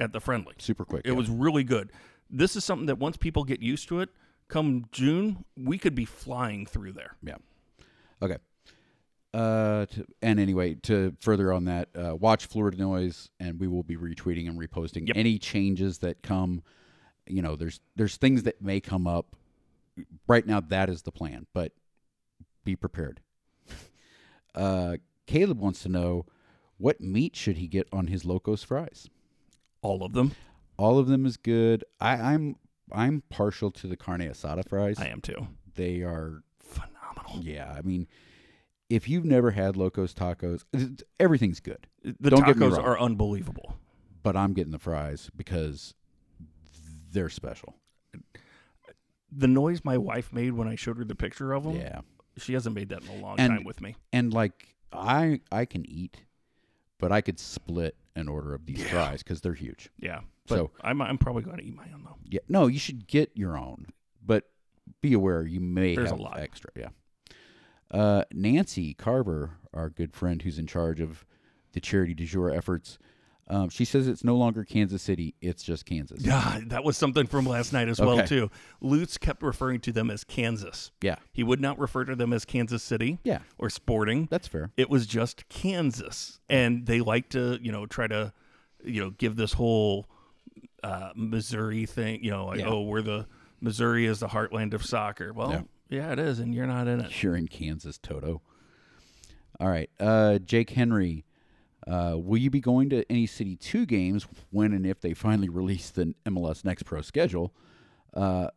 S2: at the friendly.
S3: Super quick.
S2: It was really good. This is something that once people get used to it, come June, we could be flying through there.
S3: Yeah. Okay. Uh, to, and anyway, to further on that, uh, watch Florida Noise, and we will be retweeting and reposting
S2: Yep.
S3: any changes that come. You know, there's there's things that may come up. Right now, that is the plan, but be prepared. Uh, Caleb wants to know what meat should he get on his locos fries.
S2: All of them.
S3: All of them is good. I, I'm I'm partial to the carne asada fries.
S2: I am too.
S3: They are
S2: Phenomenal.
S3: yeah. I mean, if you've never had locos tacos, th- everything's good.
S2: The
S3: Don't get me
S2: tacos
S3: wrong.
S2: are unbelievable.
S3: But I'm getting the fries because they're special.
S2: The noise my wife made when I showed her the picture of them.
S3: Yeah,
S2: She hasn't made that in a long
S3: And-
S2: time with me.
S3: and like I I can eat, but I could split an order of these fries because they're huge.
S2: Yeah. But
S3: So-
S2: I'm I'm probably going to eat my own though.
S3: Yeah. No, you should get your own, but be aware you may
S2: There's a
S3: have
S2: lot.
S3: extra. Yeah. Uh, Nancy Carver, our good friend who's in charge of the charity du jour efforts, um, she says it's no longer Kansas City; it's just Kansas.
S2: Yeah, that was something from last night as well
S3: Okay.
S2: too. Lutz kept referring to them as Kansas.
S3: Yeah.
S2: He would not refer to them as Kansas City
S3: Yeah.
S2: or Sporting.
S3: That's fair.
S2: It was just Kansas, and they like to you know try to you know give this whole uh, Missouri thing. You know, like
S3: Yeah.
S2: oh, we're the Missouri is the heartland of soccer. Well,
S3: Yeah.
S2: yeah. it is, and you're not in it.
S3: You're in Kansas, Toto. All right, uh, Jake Henry. Uh, will you be going to any City 2 games when and if they finally release the MLS Next Pro schedule? Uh,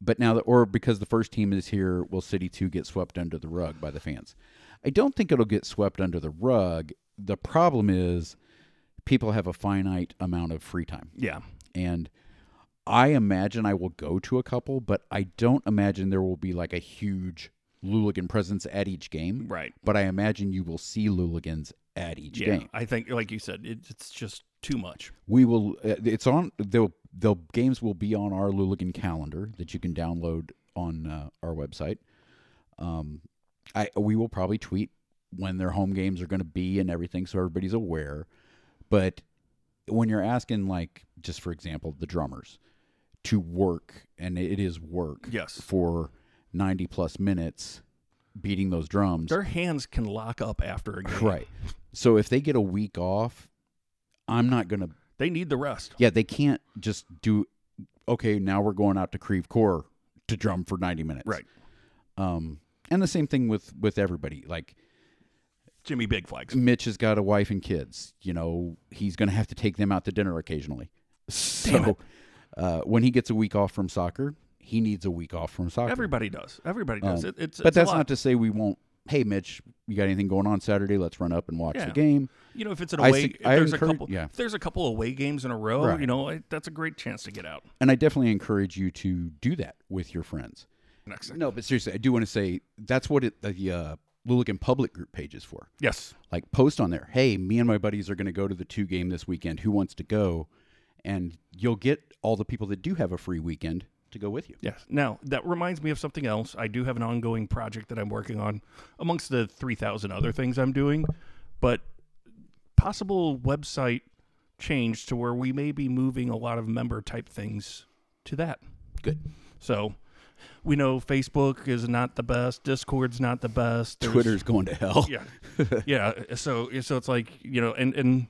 S3: but now that, or because the first team is here, will City 2 get swept under the rug by the fans? I don't think it'll get swept under the rug. The problem is people have a finite amount of free time.
S2: Yeah,
S3: And I imagine I will go to a couple, but I don't imagine there will be like a huge Luligan presence at each game.
S2: right.
S3: But I imagine you will see Luligans at each
S2: Yeah,
S3: game.
S2: I think like you said, it, it's just too much.
S3: We will. uh, It's on. The the games will be on our Luligan calendar that you can download on uh, our website. Um, I we will probably tweet when their home games are going to be and everything, so everybody's aware. But when you're asking, like, just for example, the drummers to work, and it is work,
S2: Yes.
S3: for ninety plus minutes, beating those drums,
S2: Their hands can lock up after a game.
S3: right? So if they get a week off, I'm not going to
S2: They need the rest.
S3: yeah, they can't just do. Okay, now we're going out to Creve Core to drum for ninety minutes.
S2: Right.
S3: Um, and the same thing with with everybody. Like
S2: Jimmy Big Flags.
S3: Mitch has got a wife and kids. You know, he's going to have to take them out to dinner occasionally.
S2: Damn
S3: So, uh, when he gets a week off from soccer, he needs a week off from soccer.
S2: Everybody does. Everybody does.
S3: Um,
S2: it, it's
S3: but
S2: it's a
S3: that's
S2: lot.
S3: not to say we won't. Hey, Mitch, you got anything going on Saturday? Let's run up and watch
S2: Yeah.
S3: the game.
S2: you know if it's an
S3: I
S2: away.
S3: think-
S2: if
S3: I
S2: there's a
S3: encourage-
S2: couple.
S3: yeah.
S2: If there's a couple away games in a row,
S3: Right.
S2: you know I, that's a great chance to get out.
S3: And I definitely encourage you to do that with your friends.
S2: Next.
S3: No, but seriously, I do want to say that's what it, the uh, Luligan public group page is for.
S2: Yes.
S3: Like, post on there, hey, me and my buddies are going to go to the two game this weekend. Who wants to go? And you'll get all the people that do have a free weekend to go with you.
S2: Yes. Now that reminds me of something else. I do have an ongoing project that I'm working on, amongst the three thousand other things I'm doing, but possible website change to where we may be moving a lot of member type things to that.
S3: Good.
S2: So we know Facebook is not the best. Discord's not the best. There's-
S3: Twitter's going to hell.
S2: yeah yeah uh, so so it's like you know and and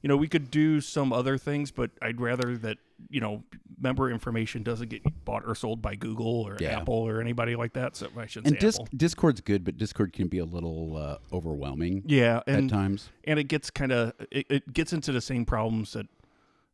S2: you know we could do some other things but i'd rather that you know member information doesn't get bought or sold by google or
S3: Yeah.
S2: apple or anybody like that so i shouldn't
S3: And
S2: say
S3: Dis-
S2: apple
S3: Discord's good, but Discord can be a little uh, overwhelming
S2: yeah
S3: at
S2: and
S3: times.
S2: and it gets kind of it, it gets into the same problems that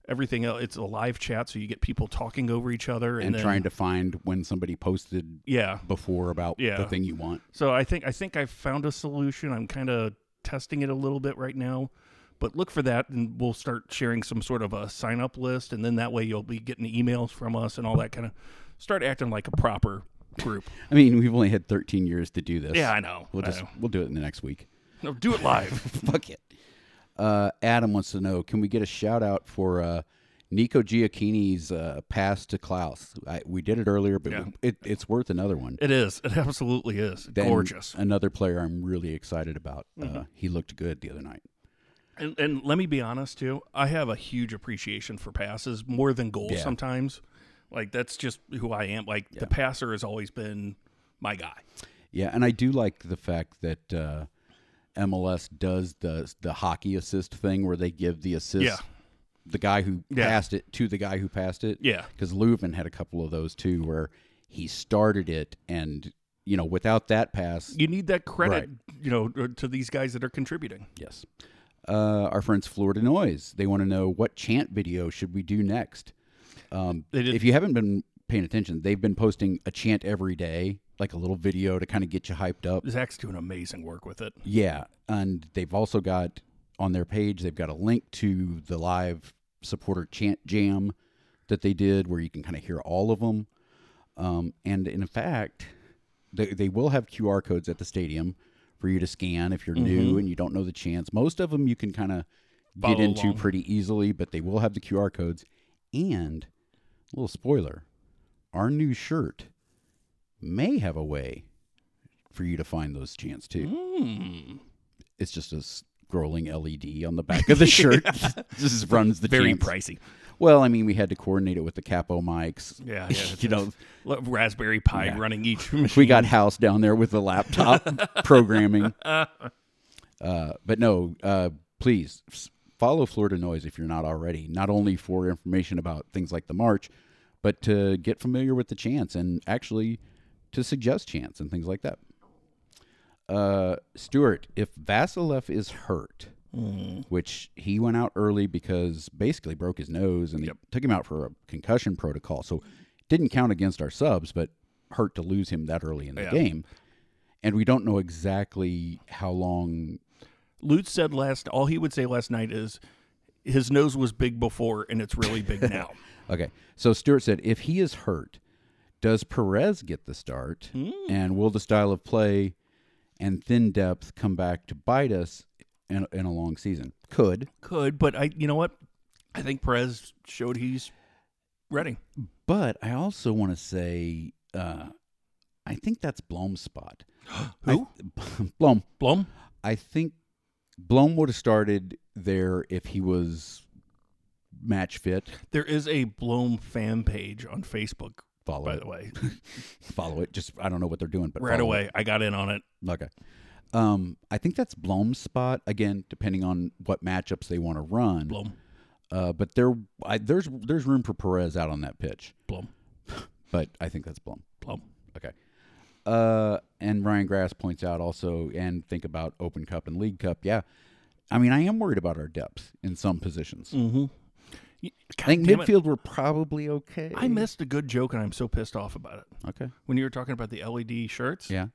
S2: everything else it's a live chat so you get people talking over each other and,
S3: And
S2: then-
S3: trying to find when somebody posted
S2: yeah
S3: before about the
S2: Yeah.
S3: thing you want.
S2: So I think I think I found a solution. I'm kind of testing it a little bit right now, but look for that, and we'll start sharing some sort of a sign up list, and then that way you'll be getting emails from us and all that kind of. Start acting like a proper group.
S3: I mean, we've only had 13 years to do this.
S2: yeah, I know.
S3: We'll
S2: I
S3: just
S2: know.
S3: we'll do it in the next week.
S2: no, do it live.
S3: Fuck it. Uh, Adam wants to know: Can we get a shout out for uh, Nico Giacchini's uh, pass to Klaus? I, we did it earlier, but
S2: Yeah.
S3: it, it's worth another one.
S2: it is. It absolutely is
S3: Then
S2: gorgeous. Mm-hmm.
S3: Another player I'm really excited about. Uh, he looked good the other night.
S2: And, and let me be honest too. I have a huge appreciation for passes more than goals
S3: Yeah.
S2: sometimes. Like that's just who I am. Like the passer has always been my guy.
S3: Yeah, and I do like the fact that uh, MLS does the the hockey assist thing where they give the assist
S2: Yeah.
S3: the guy who
S2: Yeah.
S3: passed it to the guy who passed it.
S2: Yeah.
S3: Because Leuven had a couple of those too where he started it and you know, without that pass
S2: You need that credit, you know, to these guys that are contributing.
S3: Yes. Uh, our friends Florida Noise. They want to know what chant video should we do next. Um,
S2: They did-
S3: if you haven't been paying attention, they've been posting a chant every day, like a little video to kind of get you hyped up.
S2: Zach's doing amazing work with it.
S3: Yeah, and they've also got on their page they've got a link to the live supporter chant jam that they did, where you can kind of hear all of them. Um, and in fact, they they will have QR codes at the stadium for you to scan if you're new and you don't know the chants. Most of them you can kind of get
S2: Mm-hmm. Follow
S3: into
S2: along.
S3: pretty easily, but they will have the QR codes. And a little spoiler, our new shirt may have a way for you to find those chants too
S2: Hmm.
S3: it's just a scrolling LED on the back of the shirt. just runs the
S2: Very
S3: chance.
S2: pricey.
S3: Well, I mean, we had to coordinate it with the capo mics.
S2: Yeah, yeah, it's-
S3: you know,
S2: Lo- Raspberry Pi running each machine.
S3: we got house down there with the laptop programming. Uh, but no, uh, please s- follow Florida Noise if you're not already. Not only for information about things like the march, but to get familiar with the chants and actually to suggest chants and things like that. Uh, Stuart, if Vasilev is hurt, which he went out early because basically broke his nose and they took him out for a concussion protocol. So didn't count against our subs, but hurt to lose him that early in the
S2: Yeah.
S3: game. And we don't know exactly how long.
S2: Lutz said last, all he would say last night is, his nose was big before and it's really big now.
S3: Okay. So Stuart said if he is hurt, does Perez get the start? And will the style of play and thin depth come back to bite us in, in a long season? Could.
S2: Could, but I, you know what? I think Perez showed he's ready.
S3: But I also want to say, uh, I think that's Blom's spot.
S2: Who?
S3: I, Blom.
S2: Blum?
S3: I think Blom would have started there if he was match fit.
S2: There is a Blum fan page on Facebook,
S3: Follow
S2: by
S3: it.
S2: the way.
S3: Follow it. Just I don't know what they're doing, but
S2: right
S3: follow
S2: away,
S3: it.
S2: I got in on it.
S3: Okay. Um, I think that's Blom's spot again, depending on what matchups they want to run.
S2: Blum,
S3: Uh, but there, I, there's there's room for Perez out on that pitch,
S2: Blum,
S3: but I think that's Blom.
S2: Blum.
S3: Okay. Uh, and Ryan Grass points out also, and think about Open Cup and League Cup. Yeah, I mean, I am worried about our depth in some positions.
S2: Mm-hmm. Y-
S3: I think
S2: damn it.
S3: midfield we're probably okay.
S2: I missed a good joke and I'm so pissed off about it.
S3: Okay.
S2: When you were talking about the LED shirts,
S3: Yeah.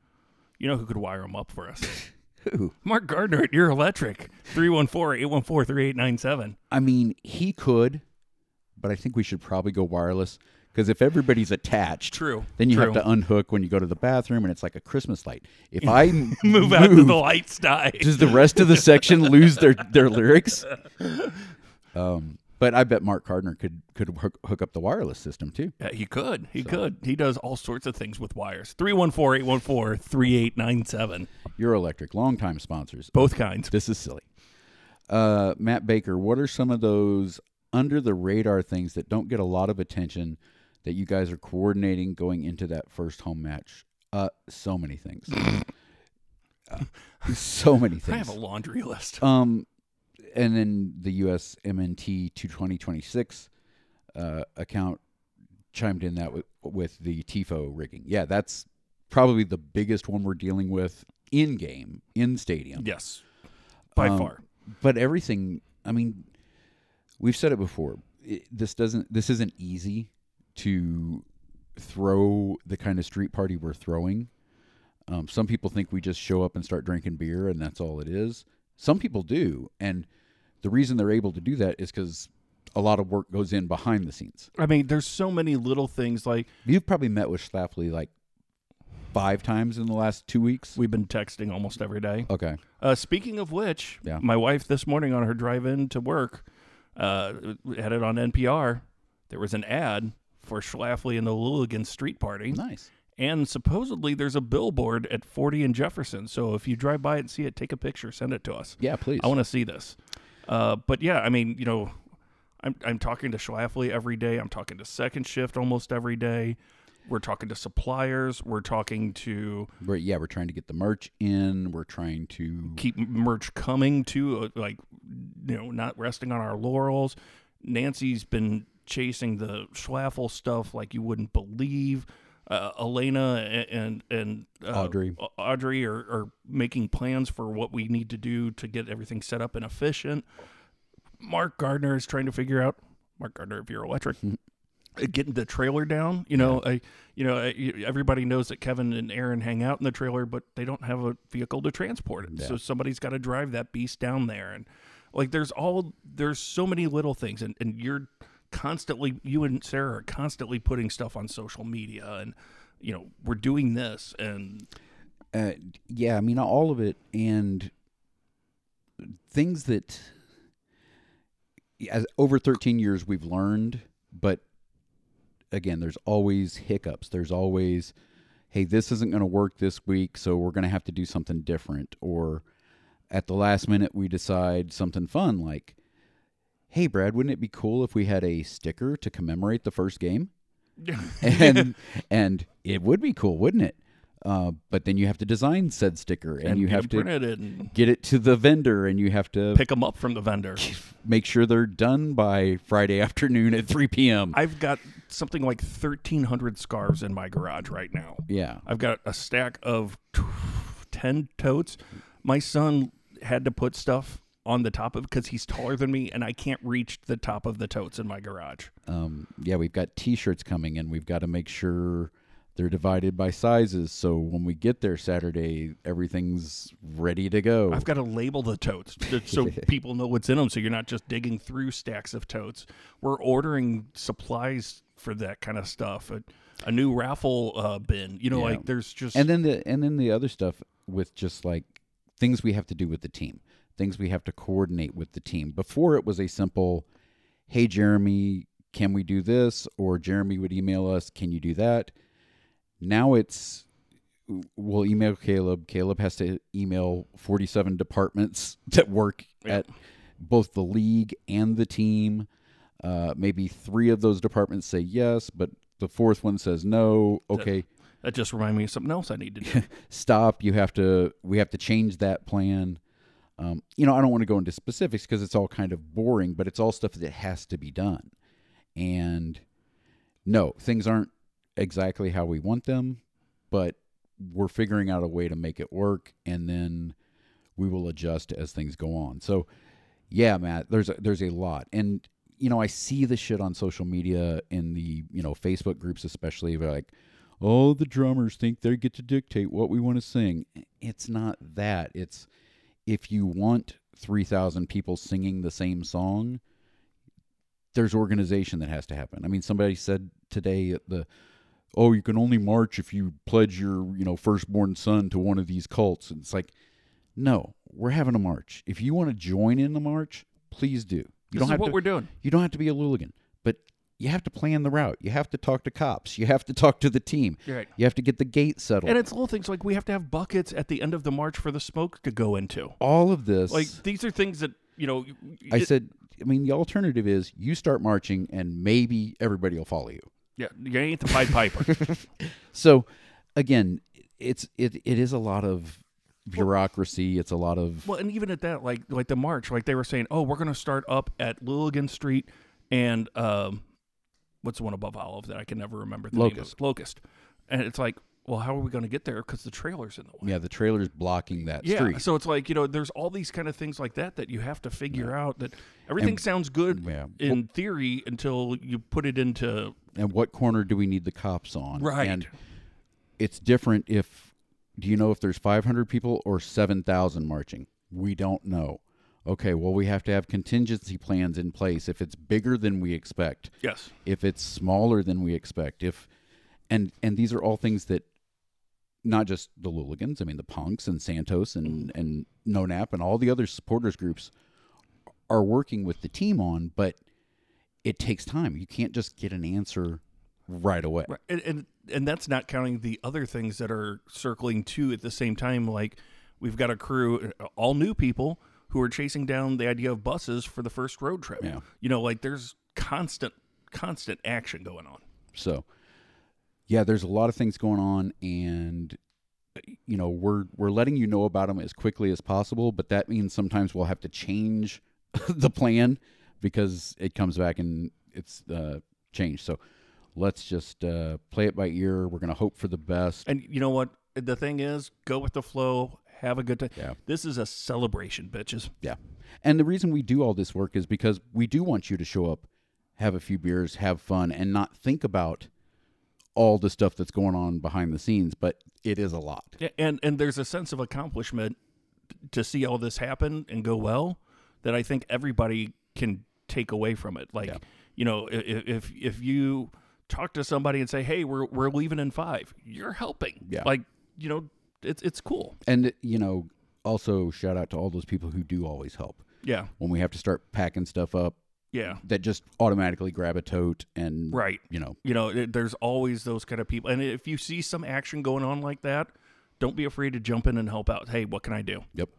S2: you know who could wire them up for us?
S3: Who?
S2: Mark Gardner at Your Electric, 314 814 3897.
S3: I mean, he could, but I think we should probably go wireless because if everybody's attached,
S2: True,
S3: then you have
S2: true.
S3: to unhook when you go to the bathroom, and it's like a Christmas light. If I move
S2: Move out to the lights die.
S3: does the rest of the section lose their their lyrics? Um, but I bet Mark Gardner could could hook, hook up the wireless system too.
S2: Yeah, he could. He could. He does all sorts of things with wires. 314 814 3897.
S3: Your Electric, longtime sponsors.
S2: Both kinds.
S3: This is silly. Uh, Matt Baker, what are some of those under the radar things that don't get a lot of attention that you guys are coordinating going into that first home match? Uh, so many things. Uh, so many
S2: I have
S3: things.
S2: a laundry list.
S3: Um, and then the US MNT 22026 uh, account chimed in that with, with the TIFO rigging. Yeah, that's probably the biggest one we're dealing with in game, in stadium
S2: Yes. By
S3: Um,
S2: far.
S3: but everything i mean we've said it before it, this doesn't this isn't easy to throw the kind of street party we're throwing um, some people think we just show up and start drinking beer and that's all it is some people do and the reason they're able to do that is because a lot of work goes in behind the scenes
S2: I mean, there's so many little things like
S3: you've probably met with schlafly like five times in the last two weeks
S2: we've been texting almost every day.
S3: okay
S2: Uh, speaking of which,
S3: Yeah.
S2: my wife this morning on her drive in to work uh, had it on NPR. There was an ad for Schlafly and the Lilligan Street Party.
S3: nice
S2: And supposedly there's a billboard at 40 and Jefferson. So if you drive by it and see it, take a picture, send it to us.
S3: yeah please
S2: I want to see this. Uh, but yeah, I mean, you know, I'm I'm talking to Schlafly every day. I'm talking to second shift almost every day. We're talking to suppliers. We're talking to
S3: We're, yeah, we're trying to get the merch in. We're trying to
S2: keep merch coming too. uh, Like, you know, not resting on our laurels. Nancy's been chasing the Schwaffle stuff like you wouldn't believe. Uh, Elena a- and and uh,
S3: Audrey.
S2: Au- Audrey are, are making plans for what we need to do to get everything set up and efficient. Mark Gardner is trying to figure out Mark Gardner of Euro Electric uh, getting the trailer down. You know, I, you know, I, you- everybody knows that Kevin and Aaron hang out in the trailer, but they don't have a vehicle to transport it. So somebody's got to drive that beast down there, and like, there's all there's so many little things, and and you're constantly you and Sarah are constantly putting stuff on social media, and you know we're doing this, and
S3: uh, yeah, I mean all of it and things that as over 13 years we've learned, but again, there's always hiccups. There's always hey, this isn't going to work this week, so we're going to have to do something different or at the last minute we decide something fun like hey Brad, wouldn't it be cool if we had a sticker to commemorate the first game? and and it would be cool, wouldn't it? Uh, but then you have to design said sticker, and,
S2: and
S3: you
S2: get
S3: have
S2: 'em
S3: to
S2: printed and
S3: get it to the vendor, and you have to
S2: pick them up from the vendor.
S3: make sure they're done by Friday afternoon at 3 p.m.
S2: I've got something like thirteen hundred scarves in my garage right now.
S3: yeah,
S2: I've got a stack of t- 10 totes. My son had to put stuff on the top of because he's taller than me and I can't reach the top of the totes in my garage.
S3: um, yeah, we've got T-shirts coming, and we've got to make sure they're divided by sizes. So when we get there Saturday, everything's ready to go.
S2: I've got to label the totes t- so people know what's in them so you're not just digging through stacks of totes. We're ordering supplies for that kind of stuff. A, a new raffle uh, bin, you know,
S3: Yeah.
S2: like there's just
S3: and then the and then the other stuff with just like things we have to do with the team things we have to coordinate with the team before it was a simple hey jeremy can we do this or jeremy would email us can you do that now it's we'll email caleb caleb has to email 47 departments that work at both the league and the team uh, maybe three of those departments say yes but the fourth one says no okay
S2: that just reminded me of something else I need to do.
S3: stop you have to we have to change that plan um, you know i don't want to go into specifics because it's all kind of boring but it's all stuff that has to be done and no things aren't exactly how we want them but we're figuring out a way to make it work and then we will adjust as things go on so yeah matt there's a, there's a lot and you know i see the shit on social media in the you know facebook groups especially they're like oh the drummers think they get to dictate what we want to sing it's not that it's if you want 3000 people singing the same song there's organization that has to happen i mean somebody said today at the oh you can only march if you pledge your you know firstborn son to one of these cults and it's like no we're having a march if you want to join in the march please do you
S2: This
S3: don't
S2: is
S3: have
S2: what
S3: to
S2: we're doing.
S3: you don't have to be a Luligan, but you have to plan the route. You have to talk to cops. You have to talk to the team.
S2: You're right.
S3: You have to get the gate settled.
S2: And it's little things like we have to have buckets at the end of the march for the smoke to go into.
S3: all of this.
S2: Like these are things that you know.
S3: I
S2: it-
S3: said, I mean, the alternative is you start marching and maybe everybody will follow you.
S2: yeah, you ain't the Pied Piper.
S3: So, again, it's it it is a lot of bureaucracy. It's a lot of
S2: well, and even at that, like like the march, like they were saying, oh, we're gonna start up at Lilligan Street and um, what's the one above Olive that I can never remember? The Name
S3: Locust.
S2: of? Locust. And it's like, well, how are we gonna get there? Because the trailer's in the way.
S3: yeah. The trailer's blocking that
S2: Yeah,
S3: street.
S2: so it's like you know, there's all these kind of things like that that you have to figure out. That everything sounds good
S3: yeah.
S2: in theory until you put it into
S3: and what corner do we need the cops on?
S2: Right.
S3: And it's different if do you know if there's 500 people or 7,000 marching? We don't know. Okay, well we have to have contingency plans in place if it's bigger than we expect,
S2: yes,
S3: if it's smaller than we expect, if and and these are all things that not just the Luligans, I mean the Punks and Santos and and NoNap and all the other supporters groups are working with the team on, but it takes time. You can't just get an answer right away.
S2: Right. And, and and that's not counting the other things that are circling too at the same time. Like we've got a crew, uh, all new people who are chasing down the idea of buses for the first road trip.
S3: Yeah.
S2: You know, like there's constant, constant action going on.
S3: So yeah, there's a lot of things going on, and you know we're we're letting you know about them as quickly as possible. But that means sometimes we'll have to change the plan because it comes back and it's uh, changed. So let's just uh, play it by ear. We're gonna hope for the best.
S2: And you know what? The thing is, go with the flow. Have a good time.
S3: Yeah.
S2: This is a celebration, bitches.
S3: Yeah. And the reason we do all this work is because we do want you to show up, have a few beers, have fun, and not think about all the stuff that's going on behind the scenes, but it is a lot.
S2: Yeah, and and there's a sense of accomplishment to see all this happen and go well that I think everybody can take away from it. Like, you know, i- i- if if you talk to somebody and say, "Hey, we're we're leaving in 5." You're helping.
S3: Yeah.
S2: Like, you know, it's it's cool.
S3: And, you know, also shout out to all those people who do always help.
S2: Yeah.
S3: When we have to start packing stuff up
S2: Yeah.
S3: that just automatically grab a tote and,
S2: Right.
S3: you know,
S2: You know, it- there's always those kind of people. And if you see some action going on like that, don't be afraid to jump in and help out. Hey, what can I do?
S3: yep.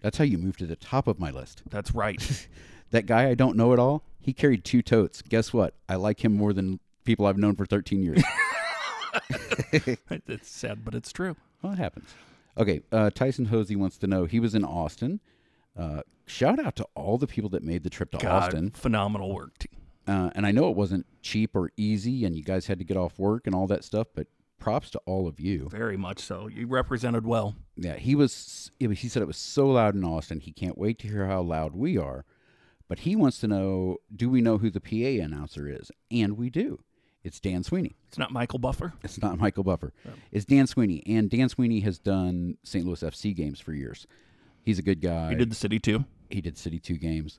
S3: That's how you move to the top of my list.
S2: That's right.
S3: That guy I don't know at all, he carried two totes. Guess what? I like him more than people I've known for 13 years.
S2: it's sad, but it's true.
S3: Well, it happens. Okay, uh, Tyson Hosey wants to know. He was in Austin. Uh, shout out to all the people that made the trip to
S2: God,
S3: Austin.
S2: phenomenal work. team.
S3: Uh, and I know it wasn't cheap or easy, and you guys had to get off work and all that stuff. But props to all of you.
S2: Very much so. You represented well.
S3: Yeah, he was. He he said it was so loud in Austin. He can't wait to hear how loud we are. But he wants to know: Do we know who the PA announcer is? And we do. It's Dan Sweeney.
S2: It's not Michael Buffer.
S3: It's not Michael Buffer. It's Dan Sweeney, and Dan Sweeney has done St. Louis FC games for years. He's a good guy.
S2: He did the city too.
S3: he did City Two games,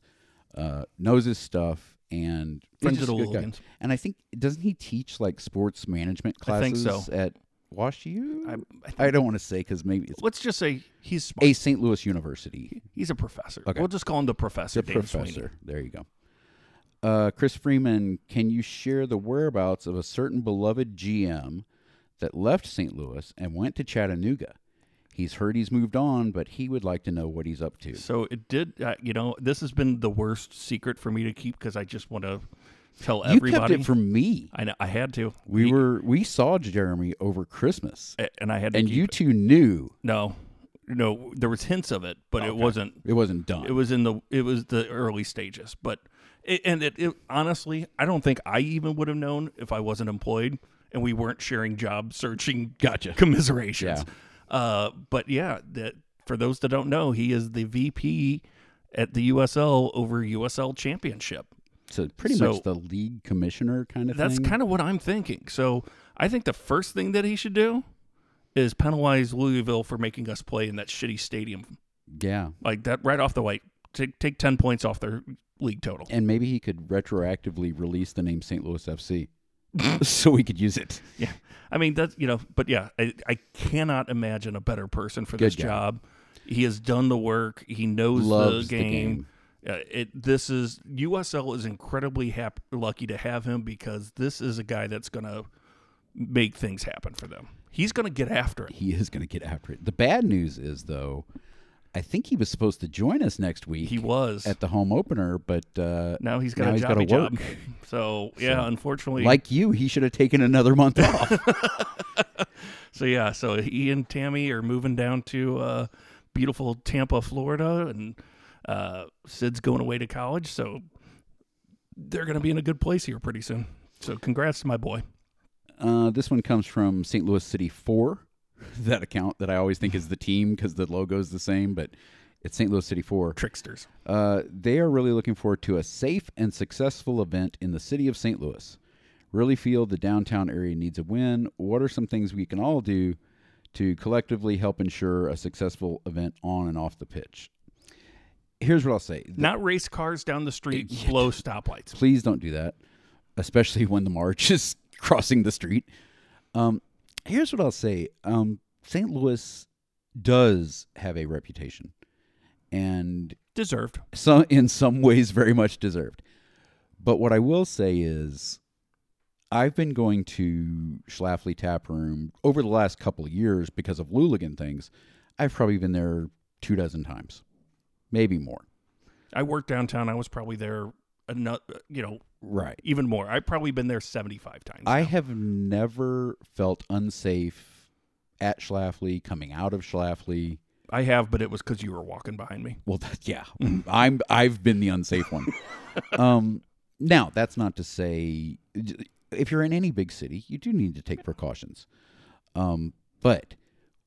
S3: uh, knows his stuff, and he's
S2: Friends
S3: just
S2: of
S3: a
S2: the
S3: good guy.
S2: Hooligans.
S3: And I think doesn't he teach like sports management
S2: I think
S3: classes
S2: so.
S3: at WashU?
S2: I-
S3: I,
S2: I
S3: don't want to say because maybe it's
S2: Let's just say he's smart.
S3: a St. Louis university.
S2: He's a professor.
S3: Okay.
S2: We'll just call him the professor.
S3: The
S2: Dan
S3: professor.
S2: Sweeney.
S3: There you go. Uh, Chris Freeman, can you share the whereabouts of a certain beloved GM that left St. Louis and went to Chattanooga? He's heard he's moved on, but he would like to know what he's up to.
S2: So it did. Uh, you know, this has been the worst secret for me to keep because I just want to tell
S3: You
S2: everybody.
S3: kept it from me.
S2: I know I had to.
S3: We
S2: He-
S3: were we saw Jeremy over Christmas,
S2: a- and I had to.
S3: and
S2: keep
S3: you
S2: it.
S3: two knew
S2: no, no. There was hints of it, but it wasn't.
S3: it wasn't done.
S2: It was in the. It was the early stages, but it, and it, it honestly, I don't think I even would have known if I wasn't employed and we weren't sharing job searching
S3: gotcha.
S2: commiserations. Uh, but yeah, that for those that don't know, he is the VP at the USL over USL Championship.
S3: So pretty
S2: So-
S3: much the league commissioner kind of
S2: That's
S3: thing.
S2: kind of what I'm thinking. So I think the first thing that he should do is penalize Louisville for making us play in that shitty stadium,
S3: yeah.
S2: like that right off the white. Take take ten points off their league total.
S3: And maybe he could retroactively release the name St. Louis FC, so we could use it.
S2: Yeah, I mean that's you know, but yeah, I, I cannot imagine a better person for this
S3: Good guy.
S2: job. He has done the work. He knows
S3: Loves the
S2: the game. Uh, it this is USL is incredibly hap- lucky to have him because this is a guy that's going to make things happen for them. He's going to get after it.
S3: He is going to get after it. The bad news is though, I think he was supposed to join us next week
S2: He was.
S3: at the home opener, but uh,
S2: now he's got
S3: now
S2: a
S3: he's
S2: job.
S3: gotta
S2: job.
S3: work.
S2: So yeah, unfortunately.
S3: like you, he should have taken another month off.
S2: so yeah, so he and Tammy are moving down to uh, beautiful Tampa, Florida, and uh, Sid's going away to college. So they're going to be in a good place here pretty soon. So congrats to my boy.
S3: Uh, this one comes from St. Louis City 4, that account that I always think is the team because the logo is the same, but it's St. Louis City 4.
S2: Tricksters.
S3: Uh, they are really looking forward to a safe and successful event in the city of St. Louis. Really feel the downtown area needs a win. What are some things we can all do to collectively help ensure a successful event on and off the pitch? Here's what I'll say.
S2: Not race cars down the street, blow stoplights.
S3: Please don't do that, especially when the march is crossing the street. Um, here's what I'll say um, St. Louis does have a reputation, and
S2: Deserved.
S3: some, in some ways, very much deserved. But what I will say is, I've been going to Schlafly Tap Room over the last couple of years because of Luligan things. I've probably been there two dozen times, maybe more.
S2: I worked downtown. I was probably there another, you know,
S3: Right.
S2: even more. I've probably been there 75 times.
S3: I have never felt unsafe at Schlafly, coming out of Schlafly.
S2: I have, but it was because you were walking behind me.
S3: Well, that, yeah, I'm I've been the unsafe one. um, now that's not to say if you're in any big city, you do need to take precautions. Um, but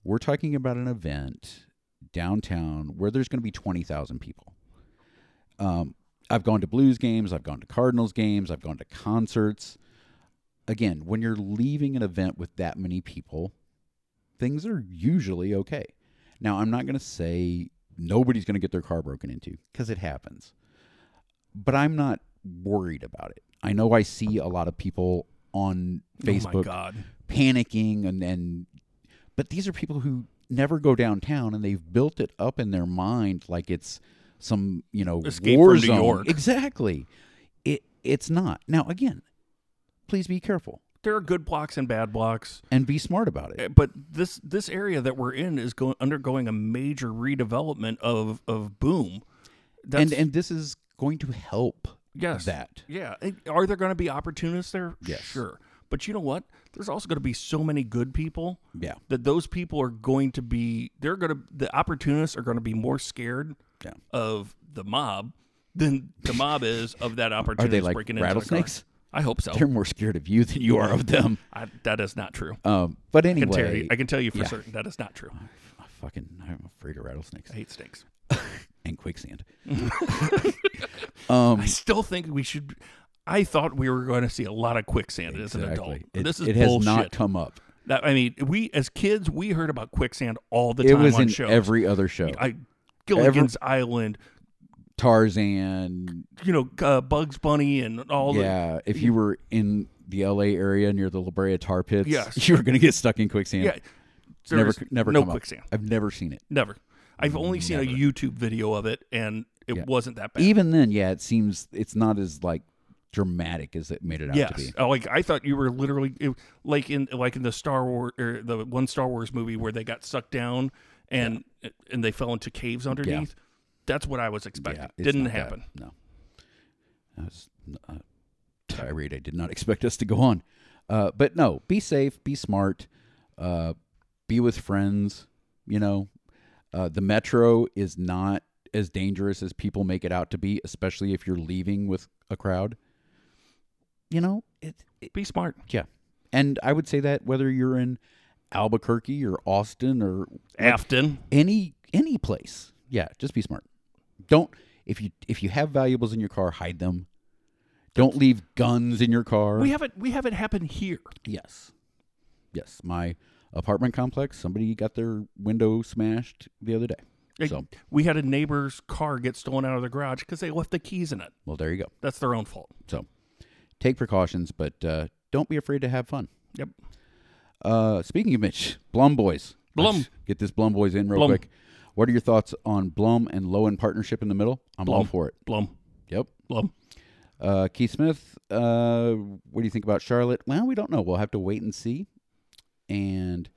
S3: we're talking about an event downtown where there's going to be twenty thousand people. Um, I've gone to blues games, I've gone to Cardinals games, I've gone to concerts. Again, when you're leaving an event with that many people, things are usually okay. Now, I'm not going to say nobody's going to get their car broken into because it happens, but I'm not worried about it. I know I see a lot of people on
S2: Oh my
S3: Facebook
S2: God.
S3: panicking and and but these are people who never go downtown and they've built it up in their mind like it's some you know
S2: Escape
S3: war
S2: from New
S3: zone.
S2: York.
S3: exactly it it's not now again please be careful
S2: There are good blocks and bad blocks.
S3: and be smart about it
S2: Uh, but this this area that we're in is going undergoing a major redevelopment of of boom. That's,
S3: and and this is going to help
S2: yes,
S3: that
S2: yeah. It- Are there going to be opportunists there?
S3: Yes.
S2: sure. But you know what? There's also going to be so many good people
S3: yeah
S2: that those people are going to be. They're going to the opportunists are going to be more scared
S3: Yeah.
S2: of the mob than the mob is of that
S3: are
S2: opportunist
S3: they like
S2: breaking into the car.
S3: rattlesnakes
S2: I hope so.
S3: they're more scared of you than you are of them
S2: I, that is not true.
S3: um but
S2: I can, tell
S3: anyway
S2: you, I can tell you for
S3: yeah.
S2: certain that is not true.
S3: I fucking i'm afraid of rattlesnakes
S2: I hate snakes.
S3: and quicksand um
S2: I still think we should. I thought we were going to see a lot of quicksand as an adult.
S3: It,
S2: this is
S3: it has
S2: bullshit.
S3: not come up.
S2: That- I mean, we as kids we heard about quicksand all the
S3: It
S2: time
S3: was
S2: on
S3: in
S2: shows.
S3: every other show.
S2: I, Gilligan's Island,
S3: Tarzan.
S2: you know, uh, Bugs Bunny, and all
S3: yeah, if you were in the L.A. area near the La Brea tar pits,
S2: Yes.
S3: you were going to get stuck in
S2: the
S3: quicksand.
S2: yeah.
S3: It's never,
S2: There's
S3: never
S2: no
S3: come up.
S2: quicksand.
S3: I've never seen it.
S2: Never. I've only seen a YouTube video of it, and it
S3: Yeah.
S2: wasn't that bad.
S3: Even then, yeah, it seems it's not as like dramatic as it made it out to
S2: Yes.
S3: be.
S2: Oh, like I thought you were literally it- like in like in the Star Wars or the one Star Wars movie where they got sucked down and and they fell into caves underneath. That's what I was expecting.
S3: Yeah, it's
S2: Didn't
S3: not that-
S2: happen.
S3: no, that was a tirade. I did not expect us to go on. Uh, but no, be safe, be smart, uh, be with friends. You know, uh, the metro is not as dangerous as people make it out to be, especially if you're leaving with a crowd. You know, it, it
S2: Be smart.
S3: yeah, and I would say that whether you're in Albuquerque or Austin or
S2: Afton.
S3: any any place. Yeah, just be smart. Don't if you if you have valuables in your car, hide them. Don't leave guns in your car.
S2: We haven't we haven't happened here.
S3: yes, yes. My apartment complex. Somebody got their window smashed the other day.
S2: Like,
S3: So
S2: We had a neighbor's car get stolen out of the garage because they left the keys in it.
S3: well, there you go.
S2: That's their own fault.
S3: So take precautions, but uh, don't be afraid to have fun.
S2: Yep.
S3: Uh, speaking of Mitch, Blum Boys.
S2: Blum.
S3: Let's get this Blum Boys in real
S2: Blum.
S3: quick. What are your thoughts on Blum and Lowen partnership in the middle? I'm all
S2: Blum.
S3: for it.
S2: Blum.
S3: Yep.
S2: Blum.
S3: Uh, Keith Smith, uh, what do you think about Charlotte? Well, we don't know. We'll have to wait and see. And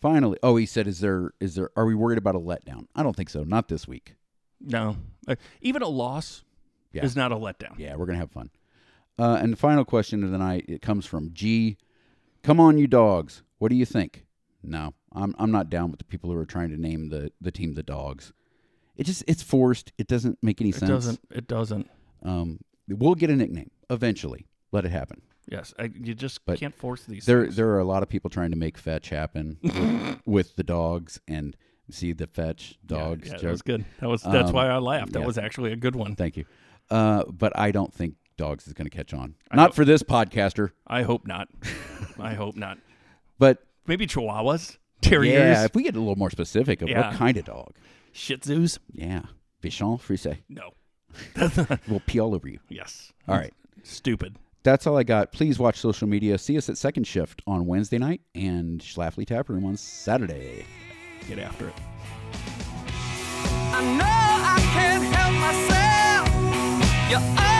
S3: finally, oh, he said, "Is there is there are we worried about a letdown?" I don't think so. Not this week.
S2: No. Uh, even a loss
S3: Yeah.
S2: is not a letdown.
S3: Yeah, we're gonna have fun. Uh, and the final question of the night it comes from G. Come on, you dogs. What do you think? No, I'm I'm not down with the people who are trying to name the the team the dogs. It just it's forced. It doesn't make any
S2: it
S3: sense.
S2: doesn't it doesn't.
S3: Um, we'll get a nickname eventually. Let it happen.
S2: Yes. I, you just
S3: But
S2: can't force these
S3: There,
S2: things.
S3: there are a lot of people trying to make fetch happen with, with the dogs and see the fetch dogs
S2: Yeah, that
S3: joke.
S2: was good. That was that's
S3: Um,
S2: why I laughed. That
S3: yeah.
S2: was actually a good one.
S3: Thank you. Uh, but I don't think dogs is going to catch on.
S2: I
S3: not
S2: don't-
S3: for this podcaster,
S2: I hope not. I hope not.
S3: but
S2: Maybe chihuahuas,
S3: yeah,
S2: terriers,
S3: if we get a little more specific of
S2: Yeah.
S3: what kind of dog,
S2: shih tzus.
S3: yeah, Bichon Frise
S2: No.
S3: will pee all over you.
S2: yes.
S3: All right.
S2: Stupid.
S3: That's all I got. Please watch social media. See us at Second Shift on Wednesday night and Schlafly Tap Room on Saturday.
S2: Get after it.
S4: I know I can't help myself. You're